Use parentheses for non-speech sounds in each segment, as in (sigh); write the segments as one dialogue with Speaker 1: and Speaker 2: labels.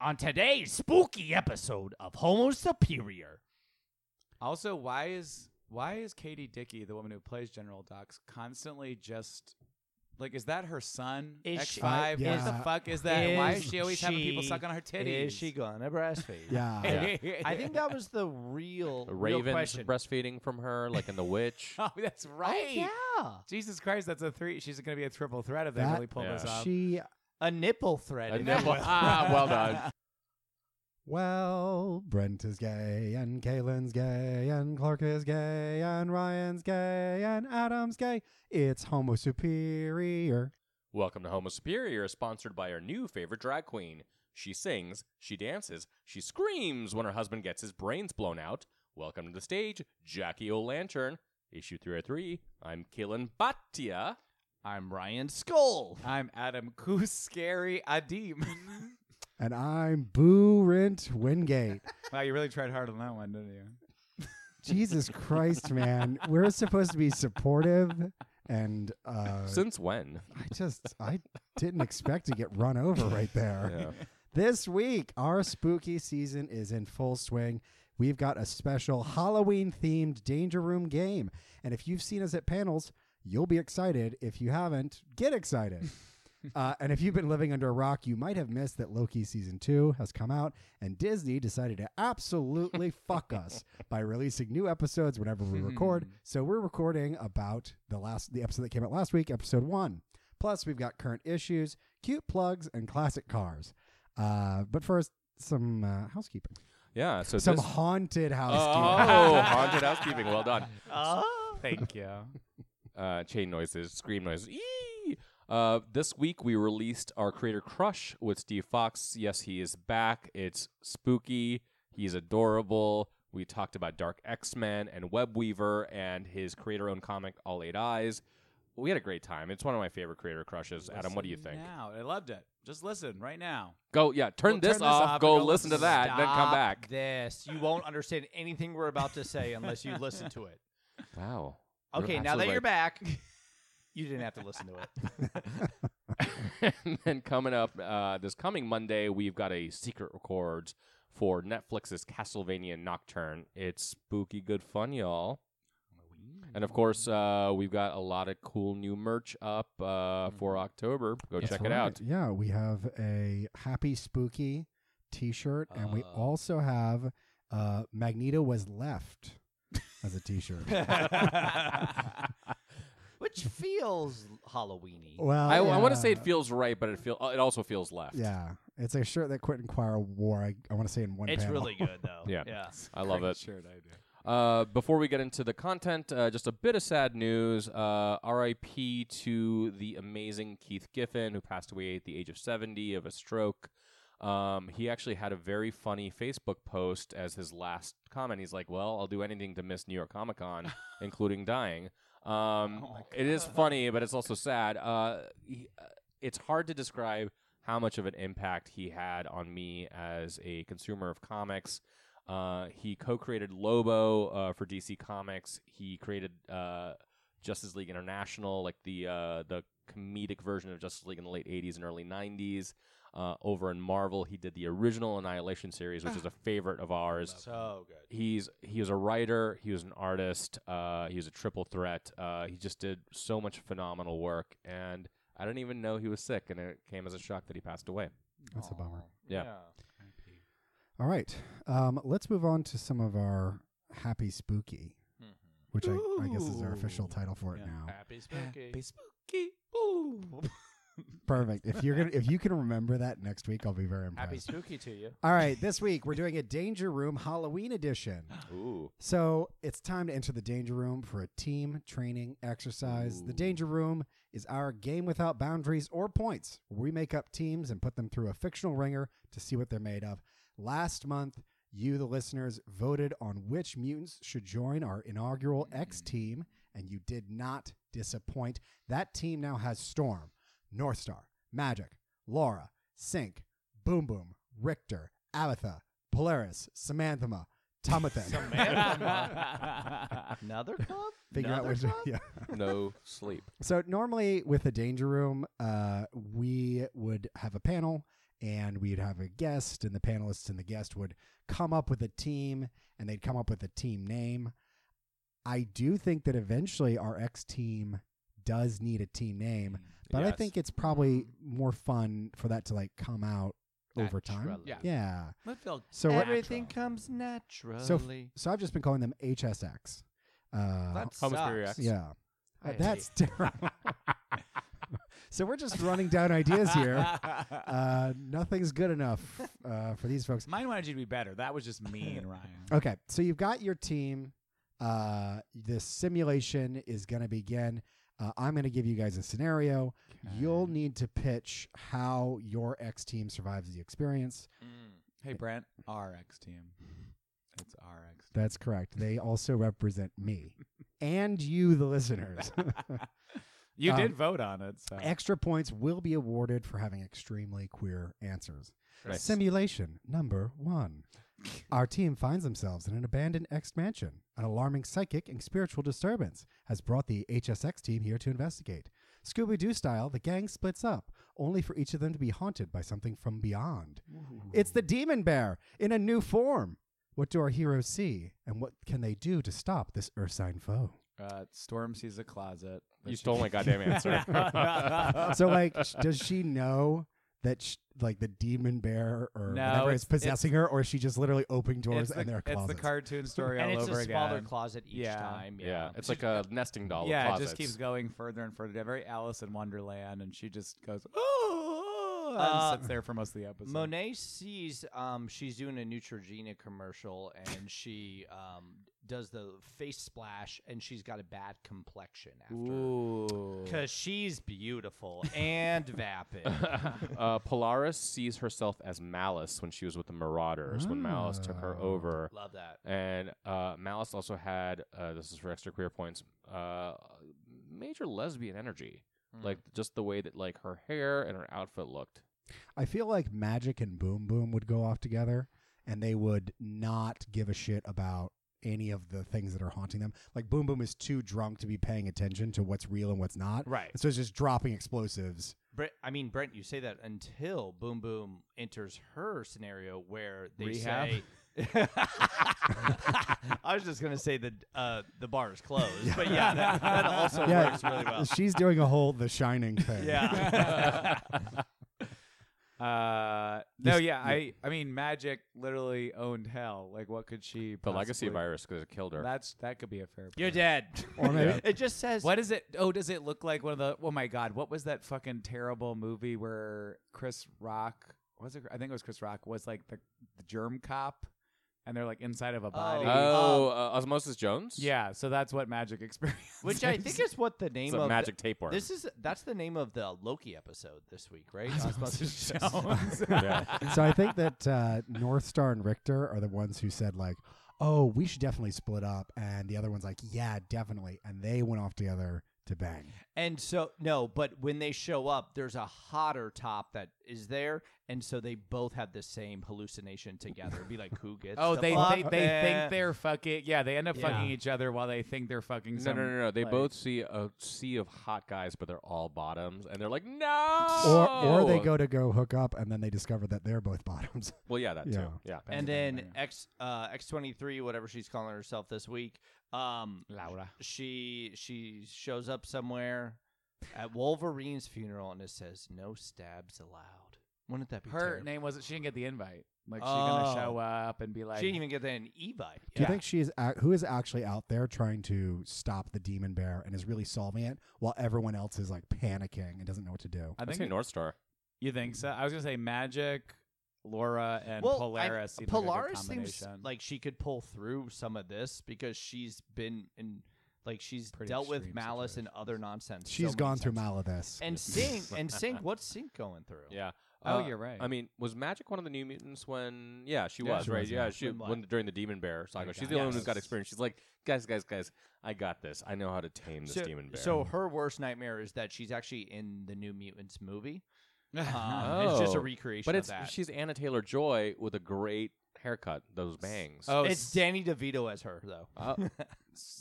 Speaker 1: on today's spooky episode of Homo Superior.
Speaker 2: Also, why is why is Katie Dickey, the woman who plays General Docs, constantly just like is that her son?
Speaker 1: Is
Speaker 2: X
Speaker 1: she-
Speaker 2: five?
Speaker 3: Yeah.
Speaker 2: What the fuck is that? why is
Speaker 1: Is
Speaker 2: she always having people
Speaker 1: she-
Speaker 2: suck on her titties?
Speaker 4: Is
Speaker 2: (laughs)
Speaker 4: she gonna breastfeed?
Speaker 3: (laughs) Yeah.
Speaker 4: I think that was the real,
Speaker 5: (laughs) The
Speaker 4: real
Speaker 5: Raven's
Speaker 4: question.
Speaker 5: breastfeeding from her, like in
Speaker 4: (laughs)
Speaker 5: The Witch.
Speaker 2: Oh, that's right.
Speaker 4: yeah.
Speaker 2: Jesus Christ, that's a three. She's going to be a triple threat if they
Speaker 3: That-
Speaker 2: really pull this
Speaker 5: Yeah.
Speaker 2: off.
Speaker 3: She
Speaker 4: A nipple thread.
Speaker 5: A
Speaker 4: in (laughs)
Speaker 5: nipple.
Speaker 4: it.
Speaker 5: ah, well done.
Speaker 3: well, Brent is gay and Kaylin's gay and Clark is gay and Ryan's gay and Adam's gay. It's Homo Superior.
Speaker 5: Welcome to Homo Superior, sponsored by our new favorite drag queen. She sings, she dances, she screams when her husband gets his brains blown out. Welcome to the stage, Jackie O'Lantern. Issue 303. I'm Kaelin Batia.
Speaker 2: I'm Ryan Skull. I'm Adam Kuskari Adim. (laughs)
Speaker 3: And I'm Boo Rent Wingate.
Speaker 2: wow, you really tried hard on that one, didn't you?
Speaker 3: Jesus Christ, man. We're supposed to be supportive and uh,
Speaker 5: Since when?
Speaker 3: I just I didn't expect to get run over right there.
Speaker 5: Yeah.
Speaker 3: This week, our spooky season is in full swing. We've got a special Halloween themed Danger Room game. And if you've seen us at panels, you'll be excited. If you haven't, get
Speaker 5: (laughs)
Speaker 3: excited. uh, and if you've been living under a rock, you might have missed that Loki season two has come out, and Disney decided to
Speaker 5: (laughs)
Speaker 3: absolutely fuck us by releasing new episodes whenever
Speaker 5: Hmm.
Speaker 3: we record. So we're recording about the last the episode that came out last week, episode one. Plus, we've got current issues, cute plugs, and classic cars. Uh, but first, some uh, housekeeping.
Speaker 5: Yeah, so
Speaker 3: some
Speaker 5: this-
Speaker 3: haunted housekeeping. (laughs)
Speaker 5: Oh, haunted housekeeping. Well done.
Speaker 4: Oh.
Speaker 2: Thank you. (laughs)
Speaker 5: uh, chain noises, scream noises. Eee! Uh, this week we released our creator crush with Steve Fox. Yes, he is back. It's spooky. He's adorable. We talked about Dark X Men and Web Weaver and his creator-owned comic All Eight Eyes. We had a great time. It's one of my favorite creator crushes. Adam, what do you
Speaker 2: Listen
Speaker 5: think?
Speaker 2: Now, I loved it. Just listen right now. (laughs)
Speaker 5: Go, yeah, turn,
Speaker 2: Well,
Speaker 5: this,
Speaker 2: turn this
Speaker 5: off.
Speaker 2: off
Speaker 5: Go
Speaker 2: and go
Speaker 5: listen to that, then come
Speaker 4: Stop
Speaker 5: back.
Speaker 4: This. You won't understand anything we're about to say unless you listen to it.
Speaker 5: Wow. What
Speaker 4: Okay,
Speaker 5: an
Speaker 4: now that
Speaker 5: absolute,
Speaker 4: you're
Speaker 5: like,
Speaker 4: back, you didn't have to listen to it.
Speaker 5: (laughs) and then coming up uh, this coming Monday, we've got a secret record for Netflix's Castlevania Nocturne. It's spooky good fun, y'all. And of course, uh, we've got a lot of cool new merch up uh, for October. Go
Speaker 3: Mm. That's
Speaker 5: check
Speaker 3: right.
Speaker 5: it out.
Speaker 3: Yeah, we have a happy spooky T-shirt, and
Speaker 5: Ah.
Speaker 3: we also have uh, Magneto was left as a
Speaker 5: (laughs)
Speaker 3: T-shirt.
Speaker 4: Which feels Halloweeny.
Speaker 3: well,
Speaker 5: I,
Speaker 3: Oh, yeah.
Speaker 5: want to say it feels right, but it feel uh, it also feels left.
Speaker 3: Yeah, it's a shirt that Quentin Quire wore. I, I want to say in one.
Speaker 4: It's
Speaker 3: panel.
Speaker 4: really good though.
Speaker 5: (laughs) Yeah.
Speaker 4: Yeah.
Speaker 5: I love
Speaker 2: Great
Speaker 5: it.
Speaker 2: Shirt idea.
Speaker 5: Uh, before we get into the content, uh, just a bit of sad news. Uh, R.I.P. to the amazing Keith Giffen, who passed away at the age of 70 of a stroke. Um, he actually had a very funny Facebook post as his last comment. He's like, "Well, I'll do anything to miss New York Comic Con, including dying." Um,
Speaker 4: Oh,
Speaker 5: it is
Speaker 2: uh,
Speaker 5: funny, but it's also sad. Uh, he, uh, it's hard to describe how much of an impact he had on me as a consumer of comics. Uh, he co-created Lobo uh, for DC Comics. He created uh, Justice League International, like the uh, the comedic version of Justice League in the late '80s and early '90s. Uh, over in Marvel, he did the original Annihilation series, which is a favorite of ours
Speaker 4: So good.
Speaker 5: he's he was a writer he was an artist uh, he was a triple threat uh, he just did so much phenomenal work and i didn't even know he was sick and it came as a shock that he passed away
Speaker 3: That's a bummer.
Speaker 5: yeah, Oh.
Speaker 3: All right, um, let's move on to some of our happy spooky,
Speaker 5: Mm-hmm.
Speaker 3: which I, I guess is our official title for it now.
Speaker 4: Happy spooky.
Speaker 2: Be spooky. Ooh.
Speaker 3: Perfect. If you're gonna, if you can remember that next week, I'll be very impressed.
Speaker 4: Happy spooky to you.
Speaker 3: All right, this week we're doing a Danger Room Halloween edition.
Speaker 5: ooh
Speaker 3: So it's time to enter the Danger Room for a team training exercise. The Danger Room is our game without boundaries or points. where We make up teams and put them through a fictional ringer to see what they're made of. Last month, you, the listeners, voted on which mutants should join our inaugural X team, and you did not disappoint. That team now has Storm, Northstar, Magic, Laura, Sink, Boom Boom, Richter, Abatha, Polaris, Samanthema, Tomathan.
Speaker 2: (laughs)
Speaker 3: (laughs)
Speaker 4: Another club?
Speaker 3: figure out
Speaker 4: Another
Speaker 3: which.
Speaker 4: club?
Speaker 3: (laughs) Yeah.
Speaker 5: no sleep
Speaker 3: So normally with the danger room, uh, we would have a panel and we'd have a guest, and the panelists and the guest would come up with a team, and they'd come up with a team name. I do think that eventually our X team does need a team name, but I
Speaker 5: Yes.
Speaker 3: think it's probably more fun for that to like come out over time.
Speaker 4: Naturally.
Speaker 2: Yeah.
Speaker 3: Yeah.
Speaker 2: Let's feel
Speaker 3: So what,
Speaker 4: Everything
Speaker 1: Natural.
Speaker 4: comes naturally.
Speaker 3: so I've just been calling them HSX. Uh,
Speaker 2: that
Speaker 5: Homo superior
Speaker 2: sucks.
Speaker 5: X.
Speaker 3: yeah. Uh,
Speaker 4: I
Speaker 3: That's (laughs) terrible. so we're just running down ideas here. Uh, nothing's good enough uh, for these folks.
Speaker 2: (laughs) Mine wanted you to be better. That was just mean, Ryan.
Speaker 3: Okay, so you've got your team. Uh, this simulation is going to begin. Uh, I'm going to give you guys a scenario. You'll need to pitch how your X team survives the experience.
Speaker 4: Mm.
Speaker 2: Hey, Brent, RX team. It's RX.
Speaker 3: That's correct. They also represent me and you, the listeners.
Speaker 2: You
Speaker 3: Um,
Speaker 2: did vote on it, so
Speaker 3: Extra points will be awarded for having extremely queer answers.
Speaker 5: Nice.
Speaker 3: Simulation number one. Our team finds themselves in an abandoned X mansion. An alarming psychic and spiritual disturbance has brought the HSX team here to investigate. Scooby Doo style, the gang splits up, only for each of them to be haunted by something from beyond. It's the Demon Bear in a new form. What do our heroes see, and what can they do to stop this ursine foe?
Speaker 2: uh, Storm sees a closet. that
Speaker 5: You
Speaker 2: she-
Speaker 5: stole
Speaker 2: (laughs)
Speaker 5: my goddamn answer.
Speaker 3: so like sh- does she know that sh- like the demon bear or
Speaker 2: No,
Speaker 3: whatever
Speaker 2: it's-
Speaker 3: is possessing her or is she just literally opening doors
Speaker 2: it's the,
Speaker 3: and their
Speaker 2: it's
Speaker 3: closets
Speaker 2: the cartoon story
Speaker 4: and
Speaker 2: all
Speaker 4: it's
Speaker 2: over
Speaker 4: a smaller
Speaker 2: again.
Speaker 4: closet each
Speaker 2: Yeah.
Speaker 4: time.
Speaker 5: yeah. it's like a nesting doll.
Speaker 2: yeah,
Speaker 5: of
Speaker 2: it just
Speaker 5: closets. (laughs)
Speaker 2: keeps going further and further. Very Alice in Wonderland, and she just goes, oh, and
Speaker 4: Uh,
Speaker 2: sits there for most of the
Speaker 4: (laughs)
Speaker 2: episode.
Speaker 4: Monet sees um, she's doing a Neutrogena commercial and she um, does the face splash and she's got a bad complexion after
Speaker 2: Ooh.
Speaker 4: because she's beautiful and
Speaker 5: (laughs)
Speaker 4: vapid.
Speaker 5: uh, Polaris sees herself as Malice when she was with the Marauders when Malice took her
Speaker 2: Ah.
Speaker 3: Oh.
Speaker 5: over.
Speaker 4: Love that.
Speaker 5: And uh, Malice also had uh, this is for extra queer points, uh, major lesbian energy,
Speaker 4: Mm.
Speaker 5: like just the way that like her hair and her outfit looked.
Speaker 3: i feel like magic and boom boom would go off together and they would not give a shit about any of the things that are haunting them like boom boom is too drunk to be paying attention to what's real and what's not
Speaker 4: Right.
Speaker 3: so it's just
Speaker 2: (laughs)
Speaker 3: dropping explosives
Speaker 4: Brent, I mean, Brent, you say that until Boom Boom enters her scenario where they
Speaker 2: Rehab?
Speaker 4: say. I was just gonna say that uh, the bar is closed, but yeah, that, that also
Speaker 3: Yeah.
Speaker 4: works really well.
Speaker 3: she's doing a whole
Speaker 2: (laughs)
Speaker 3: the shining thing
Speaker 4: Yeah,
Speaker 2: Uh, no,
Speaker 3: This-
Speaker 2: yeah, I, I mean, magic literally owned hell. Like, what could she?
Speaker 5: The legacy
Speaker 2: possibly-
Speaker 5: virus because it killed her.
Speaker 2: That's that could be a fair.
Speaker 4: you're
Speaker 2: point.
Speaker 4: dead.
Speaker 3: Or maybe-
Speaker 4: It just says
Speaker 2: What is it? Oh, does it look like one of the? Oh my God, what was that fucking terrible movie where Chris Rock was it? I think it was Chris Rock was like the, the germ cop, and they're like inside of a body.
Speaker 5: oh, uh, Osmosis Jones.
Speaker 2: Yeah, so that's what magic (laughs) experience.
Speaker 4: which I think is what the
Speaker 5: it's
Speaker 4: name
Speaker 5: a
Speaker 4: of
Speaker 5: magic tapeworm.
Speaker 4: this is. That's the name of the Loki episode this week, right?
Speaker 2: (laughs) Osmosis
Speaker 4: Osmosis
Speaker 2: Jones.
Speaker 5: (laughs) Yeah.
Speaker 3: so I think that uh, North Star and Richter are the ones who said like, "Oh, we should definitely split up," and the other one's like, "Yeah, definitely," and they went off together to bang.
Speaker 4: And so no, but when they show up, there's a hotter top that is there, and so they both have the same hallucination together. It'd be like, who gets?
Speaker 2: (laughs) Oh,
Speaker 4: the
Speaker 2: they
Speaker 4: fuck?
Speaker 2: they, they
Speaker 4: Eh.
Speaker 2: think they're fucking. Yeah, they end up
Speaker 4: Yeah.
Speaker 2: fucking each other while they think they're fucking.
Speaker 5: No,
Speaker 2: some,
Speaker 5: no, no, no. They
Speaker 2: like-
Speaker 5: both see a sea of hot guys, but they're all bottoms, and they're like, no.
Speaker 3: Or or
Speaker 4: Oh!
Speaker 3: they go to go hook up, and then they discover that they're both (laughs) bottoms.
Speaker 5: Well, yeah, that
Speaker 3: Yeah.
Speaker 5: too. Yeah.
Speaker 4: and
Speaker 2: Bang, bang,
Speaker 4: then X uh, X twenty three, whatever she's calling herself this week. Um,
Speaker 2: Laura.
Speaker 4: she she shows up somewhere at Wolverine's funeral, and it says no stabs allowed. Wouldn't that be
Speaker 2: Her
Speaker 4: terrible?
Speaker 2: name wasn't. She didn't get the invite. Like she's gonna
Speaker 4: Oh.
Speaker 2: show up and be like,
Speaker 4: She didn't even get that an e-bike.
Speaker 3: Do you think she is ac who is actually out there trying to stop the demon bear and is really solving it while everyone else is like panicking and doesn't know what to do?
Speaker 4: Uh,
Speaker 2: I
Speaker 5: I
Speaker 2: think
Speaker 5: say North Star.
Speaker 2: you think so. I was gonna say magic, Laura, and
Speaker 4: well, I-
Speaker 2: Polaris. seemed like a good
Speaker 4: Polaris seems
Speaker 2: combination.
Speaker 4: like she could pull through some of this because she's been in, like she's
Speaker 2: Pretty
Speaker 4: dealt with
Speaker 2: extreme
Speaker 4: malice and
Speaker 2: situations.
Speaker 4: other nonsense.
Speaker 3: She's
Speaker 4: so
Speaker 3: gone
Speaker 4: many
Speaker 3: through
Speaker 4: times.
Speaker 3: mal of this.
Speaker 4: And Sync and Sync. What's Sync going through?
Speaker 5: Yeah.
Speaker 2: Oh,
Speaker 5: Uh,
Speaker 2: you're right.
Speaker 5: I mean, was Magic one of the New Mutants when? Yeah, she
Speaker 2: Yeah,
Speaker 5: was
Speaker 2: she
Speaker 5: right.
Speaker 3: was, yeah.
Speaker 5: yeah, she
Speaker 4: When what?
Speaker 5: when during the Demon Bear saga.
Speaker 2: Thank
Speaker 5: She's
Speaker 2: God.
Speaker 5: the only one who's
Speaker 2: Yes.
Speaker 5: got experience. She's like, guys, guys, guys, I got this. I know how to tame this
Speaker 4: So,
Speaker 5: Demon Bear.
Speaker 4: so her worst nightmare is that she's actually in the New Mutants
Speaker 2: (laughs)
Speaker 4: movie. Um, It's just a
Speaker 5: Oh.
Speaker 4: recreation
Speaker 5: but it's
Speaker 4: of that.
Speaker 5: she's Anna Taylor Joy with a great haircut, those bangs.
Speaker 2: Oh,
Speaker 4: it's
Speaker 2: s-
Speaker 4: Danny DeVito as her though.
Speaker 2: (laughs)
Speaker 5: Uh,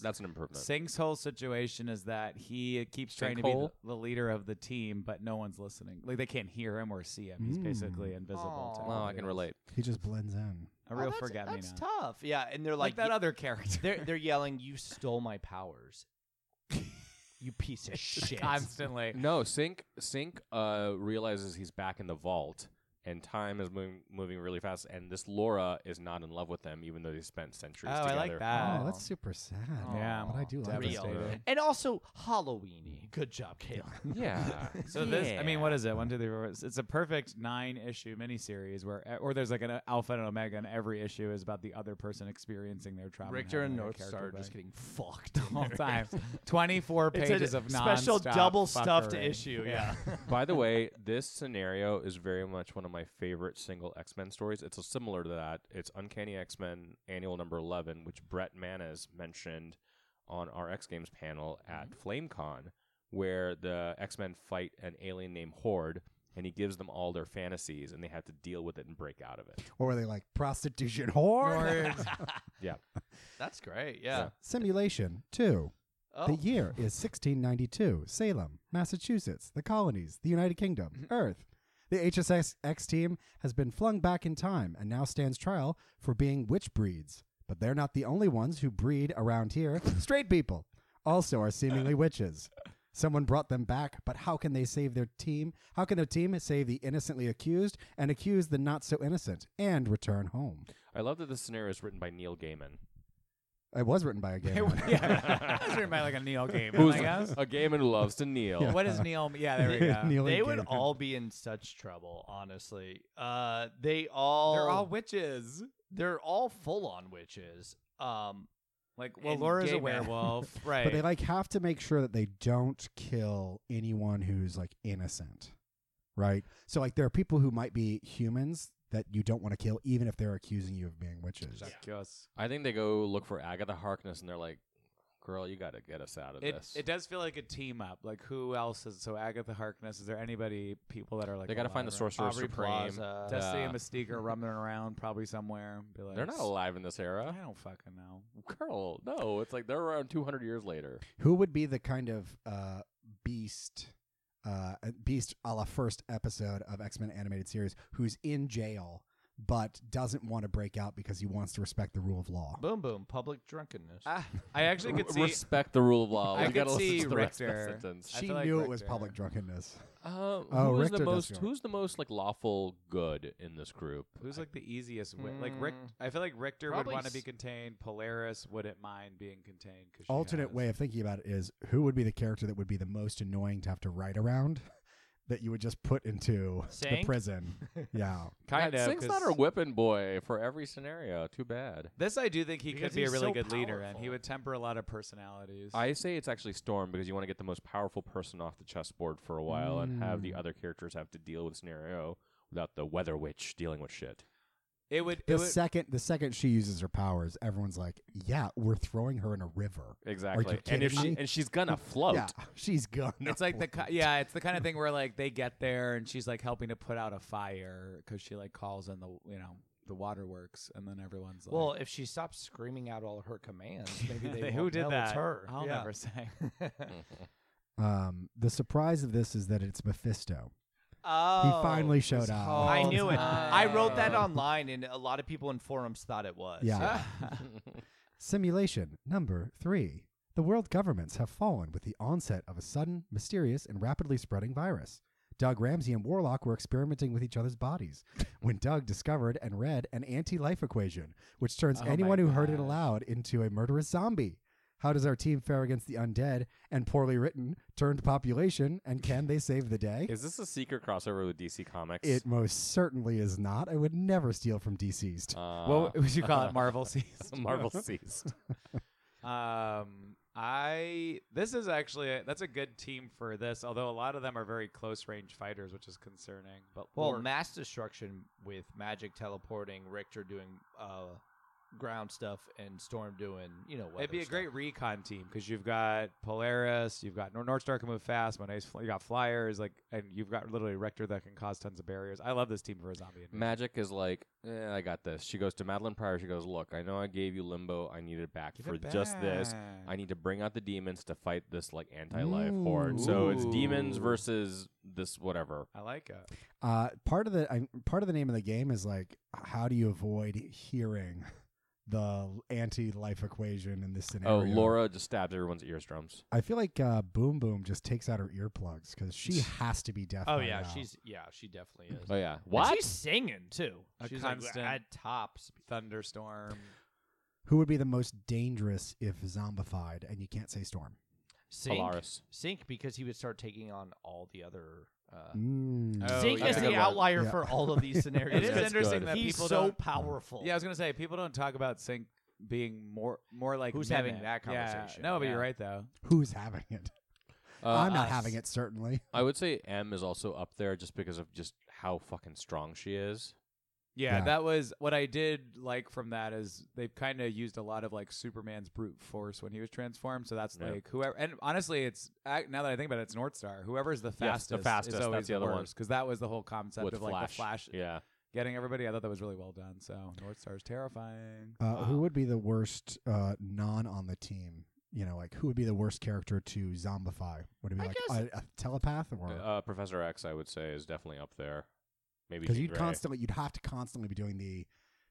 Speaker 5: that's an improvement.
Speaker 2: Sink's whole situation is that he keeps trying to be
Speaker 5: Sinkhole?
Speaker 2: the, the leader of the team, but no one's listening. Like they can't hear him or see him. He's
Speaker 3: Mm.
Speaker 2: basically invisible. to
Speaker 4: Aw.
Speaker 5: Wow, Oh, I
Speaker 2: everybody
Speaker 5: can
Speaker 2: else.
Speaker 5: relate.
Speaker 3: He just blends in.
Speaker 2: A real
Speaker 4: oh, that's,
Speaker 2: forget me
Speaker 4: That's
Speaker 2: now.
Speaker 4: tough. Yeah, and they're
Speaker 2: Like
Speaker 4: like,
Speaker 2: that
Speaker 4: "You-
Speaker 2: other character.
Speaker 4: They're
Speaker 2: (laughs)
Speaker 4: they're yelling, "You stole my powers, you piece
Speaker 2: (laughs)
Speaker 4: of shit!"
Speaker 2: constantly.
Speaker 5: No, Sink Sink uh, realizes he's back in the vault, and time is moving moving really fast. And this Laura is not in love with him, even though they spent centuries
Speaker 2: Oh, I
Speaker 5: together.
Speaker 2: like that.
Speaker 3: oh, that's super sad.
Speaker 2: Yeah.
Speaker 3: but I do like
Speaker 4: Devastated.
Speaker 3: that.
Speaker 5: Devastating.
Speaker 4: and also Halloweeny. Good job, Caleb.
Speaker 5: Yeah.
Speaker 2: (laughs) So this, I mean, what is it? One, two, three, four. It's, it's a perfect nine-issue miniseries where, eh, or there's like an alpha and omega, and every issue is about the other person experiencing their trauma.
Speaker 4: Richter and
Speaker 2: having their
Speaker 4: Northstar are
Speaker 2: character
Speaker 4: just
Speaker 2: back.
Speaker 4: getting fucked the (laughs)
Speaker 2: All time, twenty-four
Speaker 4: It's
Speaker 2: pages
Speaker 4: a
Speaker 2: of
Speaker 4: special
Speaker 2: nonstop
Speaker 4: double stuffed
Speaker 2: fuckery.
Speaker 4: issue. Yeah,
Speaker 5: By the way, this scenario is very much one of my favorite single X Men stories. It's similar to that. It's Uncanny X Men Annual Number Eleven, which Brett Manas mentioned on our X Games panel at
Speaker 2: Mm-hmm.
Speaker 5: FlameCon, where the X Men fight an alien named Horde, and he gives them all their fantasies, and they have to deal with it and break out of it.
Speaker 3: Or were they like prostitution whore?
Speaker 4: (laughs) that's great. Yeah.
Speaker 3: Simulation two.
Speaker 4: Oh.
Speaker 3: The year is 1692. Salem, Massachusetts, the colonies, the United Kingdom,
Speaker 2: Mm-hmm.
Speaker 3: Earth. The HSX X team has been flung back in time and now stands trial for being witch breeds. But they're not the only ones who breed
Speaker 2: (laughs)
Speaker 3: around here. Straight people also are seemingly witches. Someone brought them back, but how can they save their team? How can their team save the innocently accused and accuse the not so innocent and return home?
Speaker 5: I love that this scenario is written by Neil Gaiman,
Speaker 3: It was written by a gay man.
Speaker 2: (laughs)
Speaker 3: (laughs)
Speaker 2: yeah, (laughs) that's written by like a Neil game. (laughs)
Speaker 5: who's
Speaker 2: I guess.
Speaker 5: a Gaiman who
Speaker 2: (laughs)
Speaker 5: loves to kneel.
Speaker 2: What is Uh, Neil? Yeah, there we go.
Speaker 3: Neil
Speaker 4: They
Speaker 3: and
Speaker 4: would
Speaker 3: Gaiman.
Speaker 4: all be in such trouble, honestly. Uh, they all
Speaker 2: They're all witches.
Speaker 4: they're all full on witches. Um,
Speaker 2: Like, well,
Speaker 4: And
Speaker 2: Laura's
Speaker 4: gay
Speaker 2: a
Speaker 4: men.
Speaker 2: werewolf,
Speaker 4: (laughs)
Speaker 2: right?
Speaker 3: But they like have to make sure that they don't kill anyone who's like innocent, right? So like there are people who might be humans that you don't want to kill, even if they're accusing you of being witches.
Speaker 5: I think they go look for Agatha Harkness, and they're like, "Girl, you got to get us out of
Speaker 2: It,
Speaker 5: this."
Speaker 2: it does feel like a team up. Like who else is so Agatha Harkness? Is there anybody people that are like
Speaker 5: They gotta
Speaker 2: alive
Speaker 5: find the
Speaker 2: around-
Speaker 5: Sorcerer
Speaker 2: Aubrey
Speaker 5: Supreme.
Speaker 2: Plaza, Destiny
Speaker 5: Yeah.
Speaker 2: and Mystique
Speaker 5: (laughs)
Speaker 2: are rumbling around probably somewhere. Be like,
Speaker 5: They're not alive in this
Speaker 2: I
Speaker 5: era.
Speaker 2: don't fucking
Speaker 4: (laughs)
Speaker 2: know.
Speaker 5: Girl, no, it's like they're around 200 years later.
Speaker 3: Who would be the kind of uh, beast, uh, beast a la first episode of X Men animated series who's in jail but doesn't want to break out because he wants to respect the rule of law?
Speaker 4: boom, boom, public drunkenness.
Speaker 2: Ah, (laughs) I actually could
Speaker 5: (laughs) R-
Speaker 2: see.
Speaker 5: Respect the rule of law.
Speaker 2: I
Speaker 5: We
Speaker 2: could
Speaker 5: gotta
Speaker 2: see
Speaker 5: listen to the rest of that
Speaker 2: Richter.
Speaker 5: sentence.
Speaker 2: I
Speaker 3: she
Speaker 2: feel like
Speaker 3: knew it was
Speaker 2: Richter-
Speaker 3: public drunkenness.
Speaker 5: Uh,
Speaker 3: Oh,
Speaker 5: who is
Speaker 3: Richter
Speaker 5: the
Speaker 3: does
Speaker 5: most?
Speaker 3: go.
Speaker 5: Who's the most like lawful good in this group?
Speaker 2: Who's like the easiest wit? Like Rick,
Speaker 4: Mm.
Speaker 2: I feel like Richter would
Speaker 4: Probably
Speaker 2: want to
Speaker 4: s-
Speaker 2: be contained. Polaris wouldn't mind being contained. 'cause she
Speaker 3: alternate
Speaker 2: has-
Speaker 3: way of thinking about it is who would be the character that would be the most annoying to have to write around (laughs) that you would just put into the
Speaker 4: Sank?
Speaker 3: prison
Speaker 2: (laughs)
Speaker 3: yeah
Speaker 2: kind
Speaker 5: That
Speaker 2: of.
Speaker 5: Sing's
Speaker 2: 'cause
Speaker 5: not a whipping boy for every scenario. Too bad.
Speaker 2: This I do think he
Speaker 4: Because
Speaker 2: could be a
Speaker 4: he's
Speaker 2: really
Speaker 4: so
Speaker 2: good leader, and he
Speaker 4: powerful.
Speaker 2: would temper a lot of personalities.
Speaker 5: I say it's actually Storm because you want to get the most powerful person off the chessboard for a while and have the
Speaker 3: Mm.
Speaker 5: other characters have to deal with scenario without the weather witch dealing with shit.
Speaker 2: it would.
Speaker 3: the
Speaker 2: It would
Speaker 3: second the second she uses her powers everyone's like yeah we're throwing her in a river
Speaker 5: Exactly. and if
Speaker 3: kidding
Speaker 5: she
Speaker 3: me?
Speaker 5: and she's gonna float.
Speaker 3: yeah she's gone
Speaker 2: It's like the ki- yeah, it's the kind of thing where like they get there and she's like helping to put out a fire because she like calls in the you know the waterworks and then everyone's like, (laughs)
Speaker 4: well, if she stops screaming out all her commands, maybe they
Speaker 2: who
Speaker 4: won't
Speaker 2: did
Speaker 4: know
Speaker 2: that?
Speaker 4: It's her.
Speaker 2: (laughs) I'll
Speaker 4: Yeah.
Speaker 2: never say.
Speaker 3: um the surprise of this is that it's mephisto
Speaker 4: Oh,
Speaker 3: he finally showed up
Speaker 4: I
Speaker 2: Oh,
Speaker 4: knew it. I wrote that
Speaker 2: time.
Speaker 4: online, and a lot of people in forums thought it was.
Speaker 3: Yeah. Simulation number three. The world governments have fallen with the onset of a sudden, mysterious, and rapidly spreading virus. Doug Ramsey and Warlock were experimenting with each other's bodies when Doug discovered and read an anti life equation, which turns
Speaker 2: Oh my
Speaker 3: anyone who heard it
Speaker 2: gosh.
Speaker 3: aloud into a murderous zombie. How does our team fare against the undead and poorly written, turned population, and can they save the day?
Speaker 5: Is this a secret crossover with DC Comics?
Speaker 3: It most certainly is not. I would never steal from deceased.
Speaker 5: Uh,
Speaker 2: what
Speaker 5: (laughs)
Speaker 2: would you call it? Marvel season.
Speaker 5: Marvel (laughs) ceased.
Speaker 2: (laughs) Um, I this is actually a, that's a good team for this. Although a lot of them are very close range fighters, which is concerning. But
Speaker 4: Well,
Speaker 2: Lord-
Speaker 4: mass destruction with magic teleporting, Richter doing uh, ground stuff and Storm doing, you know,
Speaker 2: It'd
Speaker 4: weather
Speaker 2: be a
Speaker 4: stuff.
Speaker 2: great recon team because you've got Polaris, you've got Nor- North Star can move fast, Monet's, fl- you got Flyers, like, and you've got literally Rector that can cause tons of barriers. I love this team for a zombie. invasion.
Speaker 5: Magic is like, eh, I got this. She goes to Madeline Pryor. She goes, Look, I know I gave you Limbo. I need it back
Speaker 2: Give
Speaker 5: for
Speaker 2: it
Speaker 5: just this.
Speaker 2: back.
Speaker 5: I need to bring out the demons to fight this like anti-life horde. So it's demons
Speaker 2: Ooh.
Speaker 5: versus this whatever.
Speaker 2: I like it.
Speaker 3: Uh, part of the I, part of the name of the game is like how do you avoid hearing the anti-life equation in this
Speaker 5: Oh,
Speaker 3: scenario?
Speaker 5: Laura just stabs everyone's eardrums.
Speaker 3: I feel like uh, Boom Boom just takes out her earplugs because she has to be deaf.
Speaker 4: Oh
Speaker 3: by
Speaker 4: yeah,
Speaker 3: now.
Speaker 4: she's yeah, she definitely is.
Speaker 5: Oh yeah,
Speaker 4: And
Speaker 5: what?
Speaker 4: she's singing too.
Speaker 2: A
Speaker 4: she's
Speaker 2: constant-
Speaker 4: like at top speed.
Speaker 2: Thunderstorm.
Speaker 3: Who would be the most dangerous if zombified? And you can't say Storm.
Speaker 4: Sync,
Speaker 5: Polaris.
Speaker 4: Sync because he would start taking on all the other. Uh,
Speaker 3: Mm.
Speaker 2: Oh,
Speaker 4: Sync
Speaker 2: yeah.
Speaker 4: is
Speaker 5: That's a good
Speaker 4: the
Speaker 5: one.
Speaker 4: outlier
Speaker 3: Yeah.
Speaker 4: for all of
Speaker 2: (laughs)
Speaker 4: these scenarios.
Speaker 2: It is
Speaker 5: That's
Speaker 2: interesting
Speaker 5: good.
Speaker 2: that
Speaker 4: He's
Speaker 2: people
Speaker 4: so
Speaker 2: don't.
Speaker 4: powerful.
Speaker 2: Yeah, I was gonna say people don't talk about sync being more more like
Speaker 4: Who's having
Speaker 2: mimic.
Speaker 4: that
Speaker 2: Yeah.
Speaker 4: conversation?
Speaker 2: No, but
Speaker 4: Yeah.
Speaker 2: you're right though.
Speaker 3: Who's having it?
Speaker 5: Uh,
Speaker 3: I'm not
Speaker 4: us.
Speaker 3: having it. Certainly.
Speaker 5: I would say M is also up there just because of just how fucking strong she is.
Speaker 2: Yeah,
Speaker 3: Yeah.
Speaker 2: that was what I did like from that is they've kind of used a lot of like Superman's brute force when he was transformed. So that's
Speaker 5: Yeah.
Speaker 2: like whoever. And honestly, it's ac- now that I think about it, it's North Star. Whoever's the fastest,
Speaker 5: the
Speaker 2: is
Speaker 5: fastest, that's
Speaker 2: always
Speaker 5: the other one.
Speaker 2: because that was the whole concept
Speaker 5: With
Speaker 2: of like
Speaker 5: Flash.
Speaker 2: the Flash
Speaker 5: Yeah,
Speaker 2: getting everybody. I thought that was really well done. So North Star is terrifying.
Speaker 3: Uh, Who would be the worst uh, non on the team? You know, like who would be the worst character to zombify? Would it be
Speaker 4: I
Speaker 3: like
Speaker 4: guess-
Speaker 3: a, a telepath or?
Speaker 5: uh, Professor X, I would say, is definitely up there. Maybe
Speaker 3: because
Speaker 5: Jean
Speaker 3: you'd
Speaker 5: Grey.
Speaker 3: constantly you'd have to constantly be doing the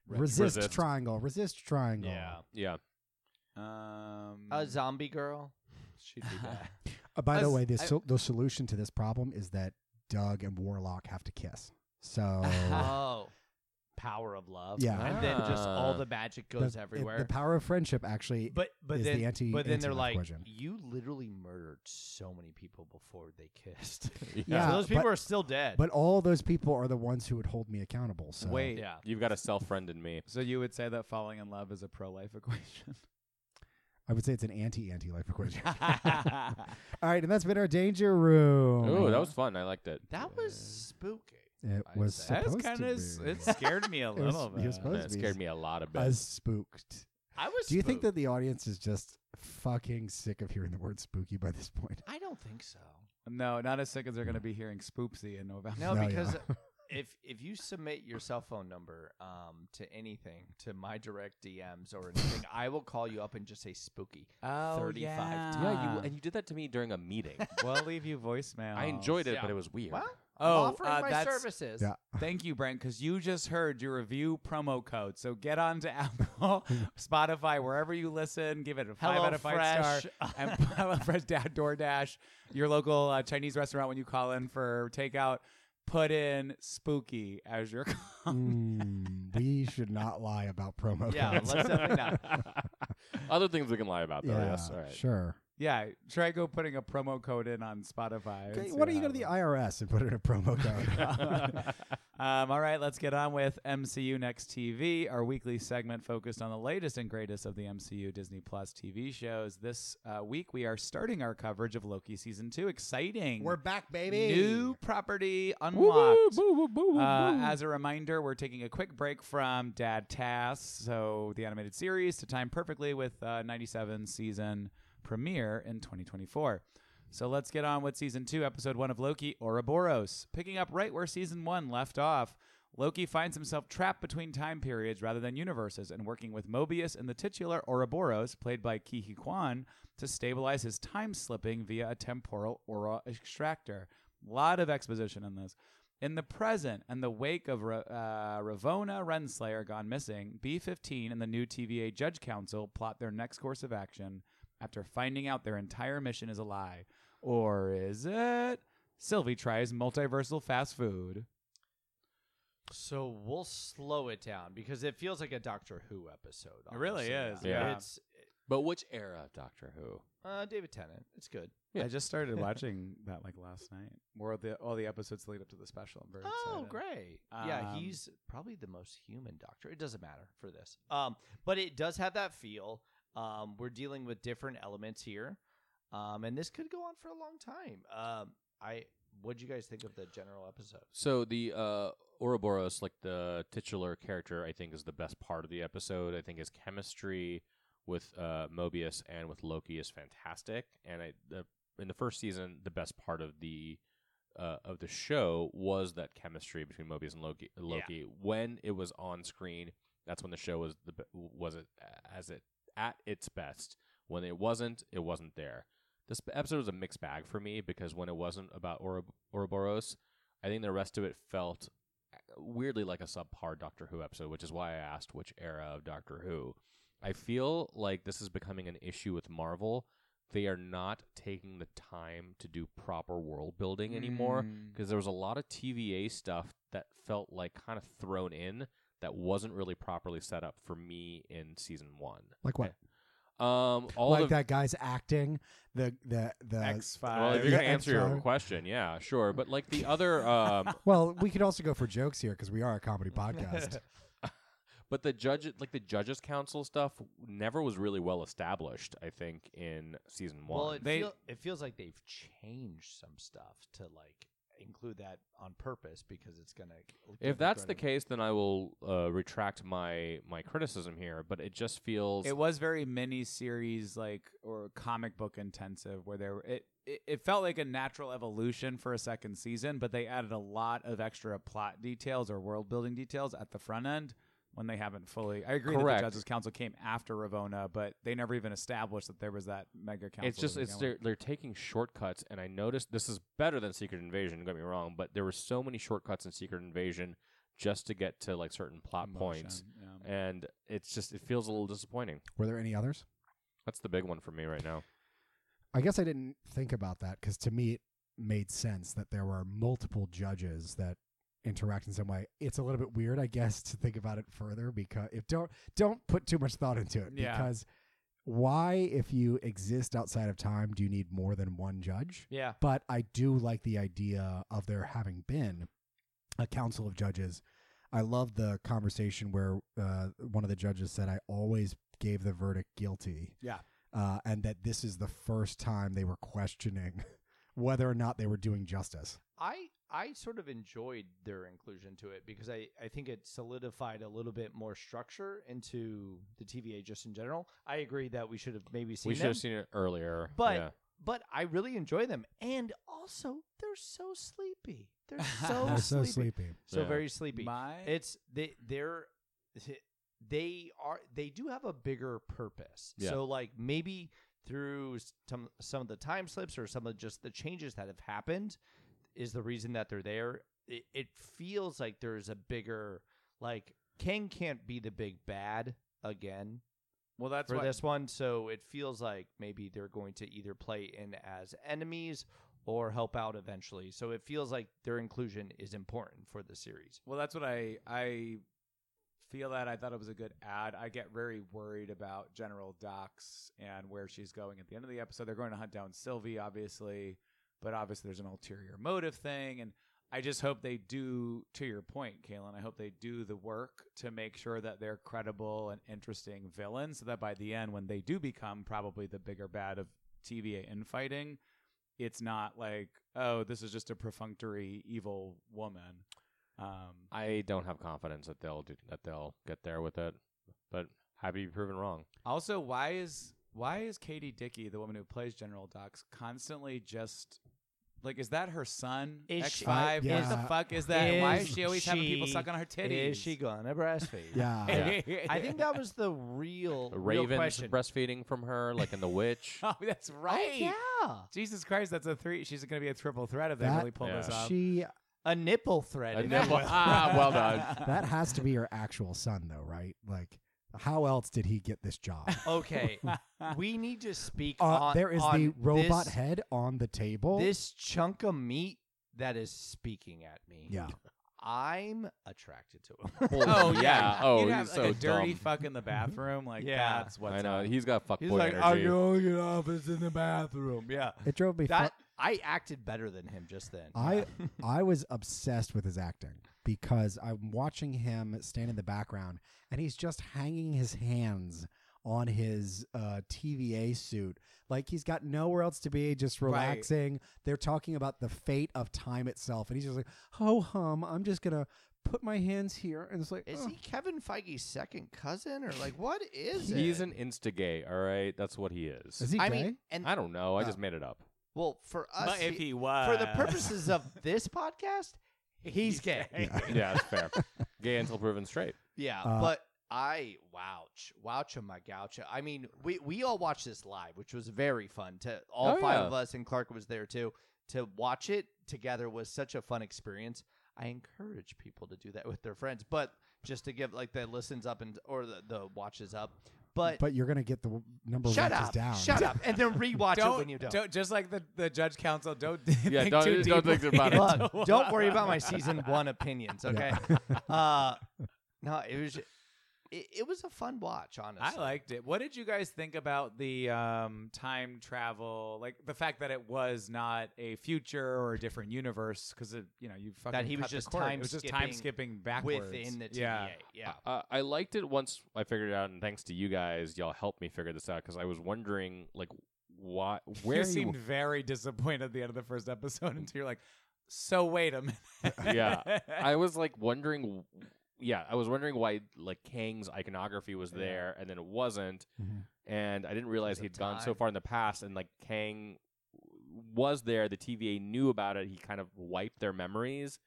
Speaker 5: Re-
Speaker 3: resist,
Speaker 5: resist.
Speaker 3: triangle resist triangle
Speaker 4: Yeah.
Speaker 5: Yeah, (laughs)
Speaker 3: (laughs)
Speaker 2: Um,
Speaker 4: A
Speaker 2: (laughs)
Speaker 4: zombie girl. She'd (laughs) be bad.
Speaker 3: Uh, by the
Speaker 2: Us-
Speaker 3: way the,
Speaker 2: I-
Speaker 3: sol- the solution to this problem is that doug and warlock have to kiss so
Speaker 4: oh, power of love.
Speaker 3: Yeah.
Speaker 4: and then just all
Speaker 5: Ah.
Speaker 4: the magic (laughs)
Speaker 3: the-
Speaker 4: goes
Speaker 3: it-
Speaker 4: everywhere.
Speaker 3: the power of friendship actually
Speaker 4: but but
Speaker 3: is
Speaker 4: then
Speaker 3: the anti-
Speaker 4: but then they're
Speaker 3: anti-life
Speaker 4: like,
Speaker 3: equation.
Speaker 4: you literally murdered so many people before they kissed. (laughs)
Speaker 3: Yeah,
Speaker 4: so those people
Speaker 3: but-
Speaker 4: are still dead.
Speaker 3: but all those people are the ones who would hold me accountable so
Speaker 2: wait.
Speaker 4: yeah,
Speaker 5: you've got a self friend in me.
Speaker 2: So you would say that falling in love is a pro life (laughs)
Speaker 3: (laughs)
Speaker 2: equation?
Speaker 3: i would say it's an anti anti-life equation (laughs) all right and that's been our danger room
Speaker 5: Ooh, that was fun. I liked it.
Speaker 4: that was spooky.
Speaker 3: it
Speaker 4: I'd
Speaker 3: was
Speaker 4: say.
Speaker 2: That
Speaker 3: supposed
Speaker 2: kind of
Speaker 3: to be
Speaker 2: it
Speaker 3: (laughs)
Speaker 2: scared me a
Speaker 3: was-
Speaker 2: little
Speaker 3: it was
Speaker 2: bit.
Speaker 3: supposed
Speaker 5: That
Speaker 3: to be
Speaker 5: scared me a lot of
Speaker 3: as
Speaker 5: bit.
Speaker 3: spooked
Speaker 4: I was.
Speaker 3: do you think
Speaker 4: spooked.
Speaker 3: that the audience is just fucking sick of hearing the word spooky by this point
Speaker 4: I don't think
Speaker 3: (laughs)
Speaker 4: so.
Speaker 2: No, not as sick as they're going to be hearing Spoopsy in November.
Speaker 4: No,
Speaker 3: No, yeah. (laughs)
Speaker 4: because if if you submit your cell phone number um, to anything to my direct DMs or
Speaker 3: (laughs)
Speaker 4: anything, I will call you up and just say spooky.
Speaker 2: Oh,
Speaker 4: 35 times.
Speaker 5: yeah,
Speaker 3: Ah.
Speaker 5: you and you did that to me during a meeting. (laughs)
Speaker 2: well, I'll leave you voicemail.
Speaker 5: I enjoyed it,
Speaker 4: Yeah.
Speaker 5: but it was weird.
Speaker 4: What?
Speaker 2: Oh,
Speaker 4: I'm offering
Speaker 2: uh,
Speaker 4: my
Speaker 2: that's-
Speaker 4: services.
Speaker 3: yeah
Speaker 2: Thank you, Brent, because you just heard your review promo code. So get on to (laughs) Apple, Spotify, wherever you listen. Give it a five
Speaker 4: Hello
Speaker 2: out of five star.
Speaker 4: Fresh.
Speaker 2: And (laughs) Hello Fresh Dad DoorDash, your local uh, Chinese restaurant when you call in for takeout. Put in spooky as your (laughs) comment.
Speaker 3: Mm, we should not lie about promo (laughs)
Speaker 4: Yeah,
Speaker 3: codes.
Speaker 4: let's definitely not.
Speaker 5: Other things we can lie about, though.
Speaker 3: (laughs) yeah,
Speaker 5: yes, all right.
Speaker 3: sure.
Speaker 2: Yeah, try go putting a promo code in on Spotify. and see
Speaker 3: Why don't you go
Speaker 2: happens.
Speaker 3: to the IRS and put in a promo code? (laughs)
Speaker 2: um, all right, let's get on with MCU Next TV, our weekly segment focused on the latest and greatest of the MCU Disney Plus TV shows. This uh, week, we are starting our coverage of Loki season two. Exciting!
Speaker 3: We're back, baby.
Speaker 2: New property
Speaker 5: Woo, woo,
Speaker 2: unlocked.
Speaker 5: boo, woo, boo, woo,
Speaker 2: Uh,
Speaker 5: boo.
Speaker 2: as a reminder, we're taking a quick break from Dad Tass, so the animated series, to time perfectly with uh, 97 season premiere in 2024. So let's get on with season two, episode one of Loki, Ouroboros. Picking up right where season one left off, Loki finds himself trapped between time periods rather than universes and working with Mobius and the titular Ouroboros, played by Kihi Kwan, to stabilize his time slipping via a temporal aura extractor. A lot of exposition in this. In the present and the wake of Ra- uh, Ravona Renslayer gone missing, B15 and the new TVA Judge Council plot their next course of action after finding out their entire mission is a lie. Or is it? Sylvie tries multiversal fast food.
Speaker 4: So we'll slow it down because it feels like a Doctor Who episode.
Speaker 2: It really
Speaker 4: honestly.
Speaker 2: is,
Speaker 5: Yeah. yeah.
Speaker 4: It's
Speaker 5: but which era of Doctor Who?
Speaker 4: uh, David Tennant. It's good.
Speaker 5: Yeah.
Speaker 2: I just started
Speaker 5: (laughs)
Speaker 2: watching that like last night. More of the all the episodes lead up to the special. I'm very
Speaker 4: Oh,
Speaker 2: excited.
Speaker 4: great. yeah,
Speaker 2: Um,
Speaker 4: he's probably the most human doctor. It doesn't matter for this. Um, but it does have that feel. Um, we're dealing with different elements here. Um, and this could go on for a long time. Um, I what'd you guys think of the general episode?
Speaker 5: So the uh, Ouroboros, like the titular character, I think is the best part of the episode. I think his chemistry with uh, Mobius and with Loki is fantastic. And I, the, in the first season, the best part of the uh, of the show was that chemistry between Mobius and Loki. Loki, when it was on screen, that's when the show was the be- was it as it at its best. When it wasn't, it wasn't there. This episode was a mixed bag for me because when it wasn't about Ouro- Ouroboros, I think the rest of it felt eh, weirdly like a subpar Doctor Who episode, which is why I asked which era of Doctor Who. I feel like this is becoming an issue with Marvel. They are not taking the time to do proper world building anymore
Speaker 2: Mm.
Speaker 5: because there was a lot of TVA stuff that felt like kind of thrown in that wasn't really properly set up for me in season one.
Speaker 3: Like what?
Speaker 5: Um, all
Speaker 3: like
Speaker 5: the,
Speaker 3: that guy's acting. The the the.
Speaker 2: X
Speaker 5: Well, if
Speaker 2: Five.
Speaker 5: you're gonna
Speaker 3: Yeah,
Speaker 5: answer your
Speaker 3: sorry.
Speaker 5: question, yeah, sure. But like the (laughs) other, um,
Speaker 3: well, we could also go for jokes here because we are a comedy podcast.
Speaker 5: but the judge, like the judges' council stuff, never was really well established. I think in season one.
Speaker 4: Well, it,
Speaker 2: They-
Speaker 4: feel, it feels like they've changed some stuff to like include that on purpose because it's gonna. give
Speaker 5: if
Speaker 4: it
Speaker 5: that's the
Speaker 4: greater-
Speaker 5: case, then I will uh, retract my my criticism here. But it just feels
Speaker 2: It was very mini series like or comic book intensive where there it, it it felt like a natural evolution for a second season, but they added a lot of extra plot details or world building details at the front end when they haven't fully. I agree
Speaker 5: Correct.
Speaker 2: that the Judges Council came after Ravona, but they never even established that there was that mega council.
Speaker 5: It's just
Speaker 2: to
Speaker 5: it's
Speaker 2: begin with.
Speaker 5: they're, they're taking shortcuts, and I noticed this is better than Secret Invasion. Don't get me wrong, but there were so many shortcuts in Secret Invasion just to get to like certain plot points,
Speaker 2: Emotion, yeah.
Speaker 5: and it's just it feels a little disappointing.
Speaker 3: Were there any others?
Speaker 5: That's the big one for me right now.
Speaker 3: I guess I didn't think about that because to me it made sense that there were multiple judges that interact in some way. It's a little bit weird, I guess, to think about it further because if don't don't put too much thought into it
Speaker 2: Yeah.
Speaker 3: because why if you exist outside of time do you need more than one judge?
Speaker 4: Yeah.
Speaker 3: But I do like the idea of there having been a council of judges. I love the conversation where uh, one of the judges said, "I always gave the verdict guilty."
Speaker 2: Yeah.
Speaker 3: uh, and that this is the first time they were questioning (laughs) whether or not they were doing justice.
Speaker 4: I I sort of enjoyed their inclusion to it because I I think it solidified a little bit more structure into the TVA just in general. I agree that we should have maybe seen
Speaker 5: we should
Speaker 4: them,
Speaker 5: have seen it earlier,
Speaker 4: but
Speaker 5: yeah.
Speaker 4: but I really enjoy them, and also they're so sleepy.
Speaker 5: (laughs)
Speaker 4: They're so
Speaker 2: They're
Speaker 4: sleepy.
Speaker 3: sleepy.
Speaker 4: So
Speaker 5: Yeah.
Speaker 4: very sleepy.
Speaker 2: My
Speaker 4: It's they they're (laughs) they are they do have a bigger purpose.
Speaker 5: Yeah.
Speaker 4: So like maybe through some some of the time slips or some of just the changes that have happened is the reason that they're there. It, it feels like there's a bigger like King can't be the big bad again
Speaker 2: well, that's
Speaker 4: for
Speaker 2: why
Speaker 4: this one, so it feels like maybe they're going to either play in as enemies or help out eventually. So it feels like their inclusion is important for the series.
Speaker 2: Well, that's what I I feel that I thought it was a good ad. I get very worried about General Docs and where she's going at the end of the episode. They're going to hunt down Sylvie, obviously, but obviously there's an ulterior motive thing, and I just hope they do. To your point, Kaylin, I hope they do the work to make sure that they're credible and interesting villains, so that by the end, when they do become probably the bigger bad of TVA infighting. It's not like, oh, this is just a perfunctory evil woman. Um,
Speaker 5: I don't have confidence that they'll do, that they'll get there with it. But happy to be proven wrong.
Speaker 2: Also, why is why is Katie Dickey, the woman who plays General Docs, constantly just like is that her son?
Speaker 4: Is
Speaker 2: X
Speaker 4: she-
Speaker 2: five.
Speaker 3: I-
Speaker 2: What
Speaker 3: yeah.
Speaker 2: the fuck is that? why is
Speaker 4: Is
Speaker 2: she always having people
Speaker 4: she-
Speaker 2: suck on her titties?
Speaker 4: Is she
Speaker 2: (laughs)
Speaker 4: gonna breastfeed? (laughs)
Speaker 3: Yeah.
Speaker 4: I think that was the real,
Speaker 5: The
Speaker 4: real
Speaker 5: Raven's
Speaker 4: question.
Speaker 5: breastfeeding from her, like in The Witch.
Speaker 2: (laughs) Oh, that's right.
Speaker 4: Yeah,
Speaker 2: Jesus Christ, that's a three. She's going to be a triple threat if they
Speaker 3: That-
Speaker 2: really pull this
Speaker 5: Yeah.
Speaker 2: off. (laughs)
Speaker 3: She
Speaker 4: a nipple thread.
Speaker 5: A
Speaker 4: in
Speaker 5: nipple-
Speaker 4: that.
Speaker 5: (laughs) ah,
Speaker 2: (laughs)
Speaker 5: well done.
Speaker 3: that has to be her actual son though, right? Like how else did he get
Speaker 4: (laughs)
Speaker 3: this job? (laughs)
Speaker 4: okay, we need to speak
Speaker 3: Uh,
Speaker 4: on.
Speaker 3: there is
Speaker 4: on
Speaker 3: the robot
Speaker 4: this,
Speaker 3: head on the table.
Speaker 4: This chunk of meat that is speaking at me.
Speaker 3: yeah.
Speaker 4: I'm attracted to
Speaker 3: (laughs)
Speaker 4: him.
Speaker 2: (laughs) Oh
Speaker 5: yeah.
Speaker 2: yeah.
Speaker 5: Oh,
Speaker 2: You'd
Speaker 5: he's
Speaker 2: have, like,
Speaker 5: so
Speaker 2: a dirty
Speaker 5: dumb.
Speaker 2: fuck in the bathroom. Like
Speaker 4: Yeah.
Speaker 2: that's what's
Speaker 5: I know
Speaker 2: up.
Speaker 5: he's got fuckboy
Speaker 4: He's like,
Speaker 5: energy.
Speaker 4: I'm going to office in the bathroom. Yeah,
Speaker 3: It drove me fu-
Speaker 4: that I acted better than him just then.
Speaker 3: I (laughs)
Speaker 4: Yeah.
Speaker 3: I was obsessed with his acting because I'm watching him stand in the background and he's just hanging his hands on his uh, TVA suit. Like he's got nowhere else to be, just relaxing. They're talking about the fate of time itself, and he's just like, "Ho hum, I'm just gonna put my hands here." And it's like,
Speaker 4: Is
Speaker 3: "Ugh."
Speaker 4: he Kevin Feige's second cousin or like what is
Speaker 5: He's
Speaker 4: it?
Speaker 5: an insta-gay, all right? That's what he is.
Speaker 3: Is he
Speaker 4: I
Speaker 3: gay?
Speaker 4: mean, and
Speaker 5: I don't know. I just
Speaker 3: Oh.
Speaker 5: made it up.
Speaker 4: well, for us,
Speaker 2: But if
Speaker 4: he-
Speaker 2: he was
Speaker 4: for the purposes of (laughs) this podcast, Uh, he's gay.
Speaker 5: yeah, that's fair. Gay until proven straight.
Speaker 4: (laughs) Yeah,
Speaker 3: Uh,
Speaker 4: but I wouch, woucha my goucha. I mean, we we all watched this live, which was very fun. To all
Speaker 5: Oh,
Speaker 4: five
Speaker 5: yeah.
Speaker 4: of us, and Clark was there too. To watch it together was such a fun experience. I encourage people to do that with their friends, but just to give like the listens up and or the, the watches up. But,
Speaker 3: but you're gonna get the w- number
Speaker 4: uh shut
Speaker 3: watches
Speaker 4: up,
Speaker 3: down.
Speaker 4: shut up, and then rewatch
Speaker 2: Don't,
Speaker 4: it when you don't.
Speaker 2: just like the, the judge council. Don't (laughs)
Speaker 5: Yeah,
Speaker 2: think
Speaker 5: don't-
Speaker 2: too
Speaker 5: don't think
Speaker 2: deeply
Speaker 5: about it.
Speaker 2: (laughs) into
Speaker 4: Look,
Speaker 2: what-
Speaker 4: don't worry about my season one opinions, okay?
Speaker 3: Yeah.
Speaker 4: uh, no, it was it, it was a fun watch, honestly.
Speaker 2: I liked it. What did you guys think about the um, time travel? Like the fact that it was not a future or a different universe because you know you fucking
Speaker 4: That he was
Speaker 2: cut the
Speaker 4: just
Speaker 2: cord.
Speaker 4: time
Speaker 2: it was just time
Speaker 4: skipping
Speaker 2: skipping backwards
Speaker 4: within the TVA.
Speaker 2: Yeah.
Speaker 4: Yeah.
Speaker 5: Uh, I liked it once I figured it out, and thanks to you guys, y'all helped me figure this out because I was wondering, like, why, where
Speaker 2: you
Speaker 5: you-
Speaker 2: seemed very disappointed at the end of the first episode (laughs) until you're like, so wait a minute.
Speaker 5: (laughs)
Speaker 2: (laughs)
Speaker 5: Yeah. I was like wondering. Yeah, I was wondering why like Kang's iconography was
Speaker 2: Yeah.
Speaker 5: there and then it wasn't,
Speaker 3: Mhm.
Speaker 5: and I didn't realize
Speaker 4: of
Speaker 5: he'd gone so
Speaker 4: time.
Speaker 5: far in the past and like Kang was there. The TVA knew about it. He kind of wiped their memories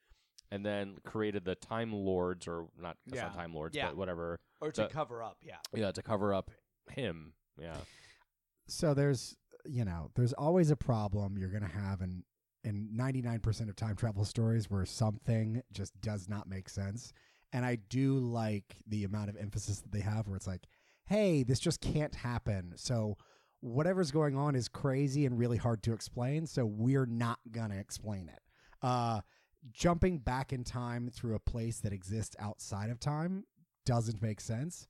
Speaker 5: and then created the Time Lords or not, that's not
Speaker 2: Yeah.
Speaker 5: Time Lords,
Speaker 4: Yeah.
Speaker 5: but whatever.
Speaker 4: Or to
Speaker 5: The-
Speaker 4: cover up, yeah.
Speaker 5: Yeah, to cover up him. Yeah,
Speaker 3: so there's you know there's always a problem you're gonna have in in 99% of time travel stories where something just does not make sense and i do like the amount of emphasis that they have where it's like hey this just can't happen so whatever's going on is crazy and really hard to explain so we're not gonna explain it uh jumping back in time through a place that exists outside of time doesn't make sense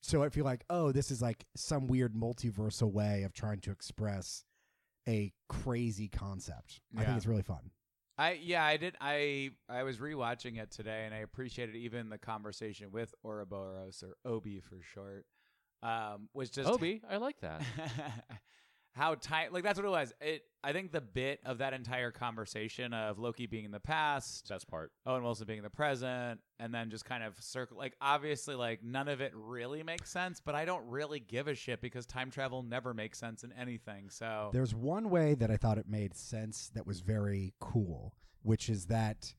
Speaker 3: so I feel like, oh, this is like some weird multiversal way of trying to express a crazy concept. I
Speaker 2: Yeah.
Speaker 3: think it's really fun.
Speaker 2: I yeah, I did. I I was rewatching it today, and I appreciated even the conversation with Ouroboros or Obi for short. Um, was just
Speaker 5: Obi, I like that.
Speaker 2: (laughs) how tight like that's what it was. It I think the bit of that entire conversation of Loki being in the past,
Speaker 5: Best part.
Speaker 2: Owen Wilson being in the present, and then just kind of circle like obviously like none of it really makes sense, but I don't really give a shit because time travel never makes sense in anything. So
Speaker 3: There's one way that I thought it made sense that was very cool, which is that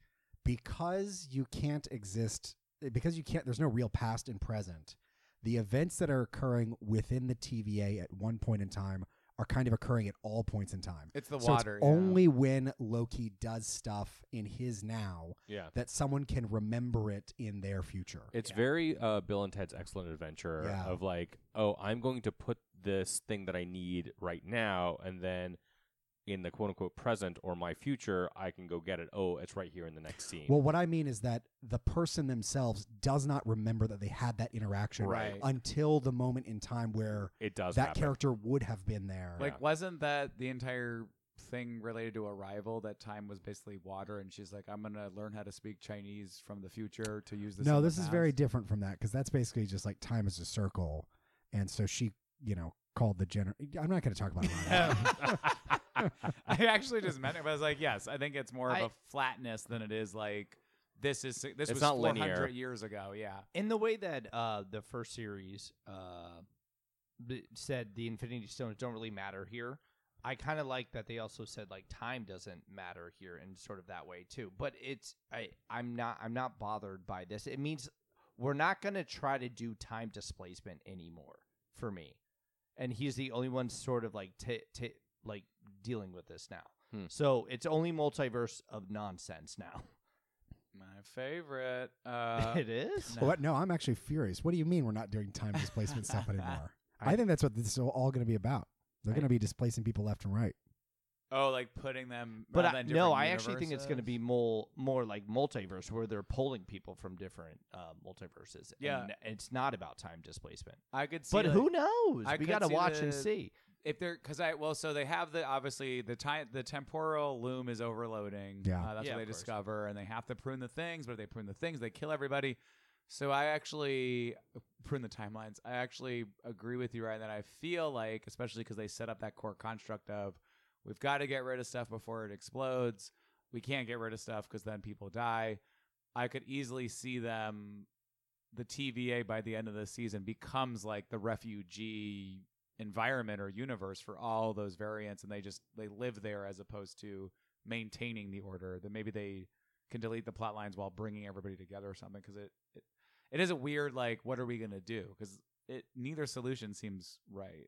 Speaker 3: because you can't exist, because you can't, there's no real past and present, the events that are occurring within the TVA at one point in time are kind of occurring at all points in time.
Speaker 2: it's the
Speaker 3: so
Speaker 2: water.
Speaker 3: it's
Speaker 2: yeah.
Speaker 3: only when Loki does stuff in his now
Speaker 5: Yeah.
Speaker 3: that someone can remember it in their future.
Speaker 5: It's very uh, Bill and Ted's Excellent Adventure
Speaker 3: Yeah.
Speaker 5: of like, oh, I'm going to put this thing that I need right now, and then in the quote unquote present or my future, I can go get it. Oh, it's right here in the next scene.
Speaker 3: Well, what I mean is that the person themselves does not remember that they had that interaction
Speaker 5: Right.
Speaker 3: until the moment in time where
Speaker 5: it does
Speaker 3: that
Speaker 5: happen.
Speaker 3: character would have been there.
Speaker 2: Like,
Speaker 5: Yeah.
Speaker 2: wasn't that the entire thing related to Arrival? That time was basically water, and she's like, "I'm gonna learn how to speak Chinese from the future to use this." in
Speaker 3: no,
Speaker 2: the
Speaker 3: this is very
Speaker 2: past."
Speaker 3: different from that because that's basically just like time is a circle, and so she, you know, called the gener. I'm not going to talk about it. right now.
Speaker 4: (laughs)
Speaker 2: (laughs) I actually just meant it, but I was like, "Yes, I think it's more
Speaker 4: I-
Speaker 2: of a flatness than it is like this is this
Speaker 5: It's
Speaker 2: was
Speaker 5: not
Speaker 2: 400
Speaker 5: linear.
Speaker 2: years ago." Yeah,
Speaker 4: In the way that uh, the first series uh, b- said the Infinity Stones don't really matter here, I kind of like that they also said like time doesn't matter here in sort of that way too. But it's I I'm not I'm not bothered by this. It means we're not going to try to do time displacement anymore for me. And he's the only one sort of like t- t- like dealing with this now.
Speaker 5: Hmm.
Speaker 4: So it's only multiverse of nonsense now.
Speaker 2: my favorite. Uh,
Speaker 4: (laughs) it is.
Speaker 2: (laughs) no.
Speaker 3: What? No, I'm actually furious. What do you mean we're not doing time displacement stuff anymore? I, think that's what this is all going to be about. They're
Speaker 4: I-
Speaker 3: going to be displacing people left and right.
Speaker 2: oh, like putting them.
Speaker 4: But
Speaker 2: rather
Speaker 4: I,
Speaker 2: than
Speaker 4: no,
Speaker 2: different
Speaker 4: I actually think it's going to be
Speaker 2: universes?
Speaker 4: more more like multiverse where they're pulling people from different uh, multiverses.
Speaker 2: Yeah.
Speaker 4: and it's not about time displacement.
Speaker 2: I could see,
Speaker 4: but
Speaker 2: like-
Speaker 4: who knows?
Speaker 2: I
Speaker 4: we
Speaker 2: could
Speaker 4: got to
Speaker 2: see
Speaker 4: watch and
Speaker 2: the-
Speaker 4: see.
Speaker 2: if they're because I well, so they have the obviously the time the temporal loom is overloading.
Speaker 3: Yeah.
Speaker 2: uh, that's
Speaker 4: Yeah,
Speaker 2: what they
Speaker 4: of course.
Speaker 2: discover, and they have to prune the things. But if they prune the things, they kill everybody. So I actually prune the timelines. I actually agree with you, Ryan, that I feel like, especially because they set up that core construct of we've got to get rid of stuff before it explodes. We can't get rid of stuff because then people die. I could easily see them, the TVA by the end of the season becomes like the refugee environment or universe for all those variants, and they just they live there as opposed to maintaining the order. That maybe they can delete the plot lines while bringing everybody together or something because it, it it is a weird like what are we gonna do because it neither solution seems right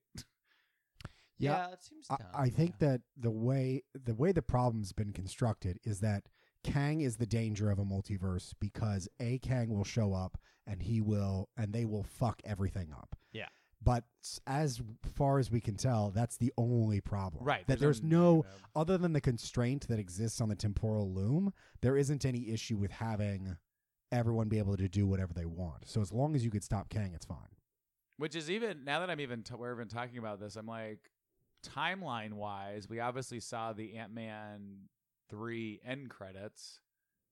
Speaker 3: Yeah,
Speaker 4: it seems.
Speaker 3: I,
Speaker 4: dumb.
Speaker 3: I think that the way the way the problem's been constructed is that Kang is the danger of a multiverse because a Kang will show up and he will and they will fuck everything up.
Speaker 4: Yeah.
Speaker 3: But s- as far as we can tell, that's the only problem. That there's,
Speaker 2: a
Speaker 3: no
Speaker 2: negative.
Speaker 3: other than the constraint that exists on the temporal loom, there isn't any issue with having everyone be able to do whatever they want. So as long as you could stop Kang, it's fine.
Speaker 2: which is even now that i'm even t- we're even talking about this i'm like timeline wise we obviously saw the ant-man 3 end credits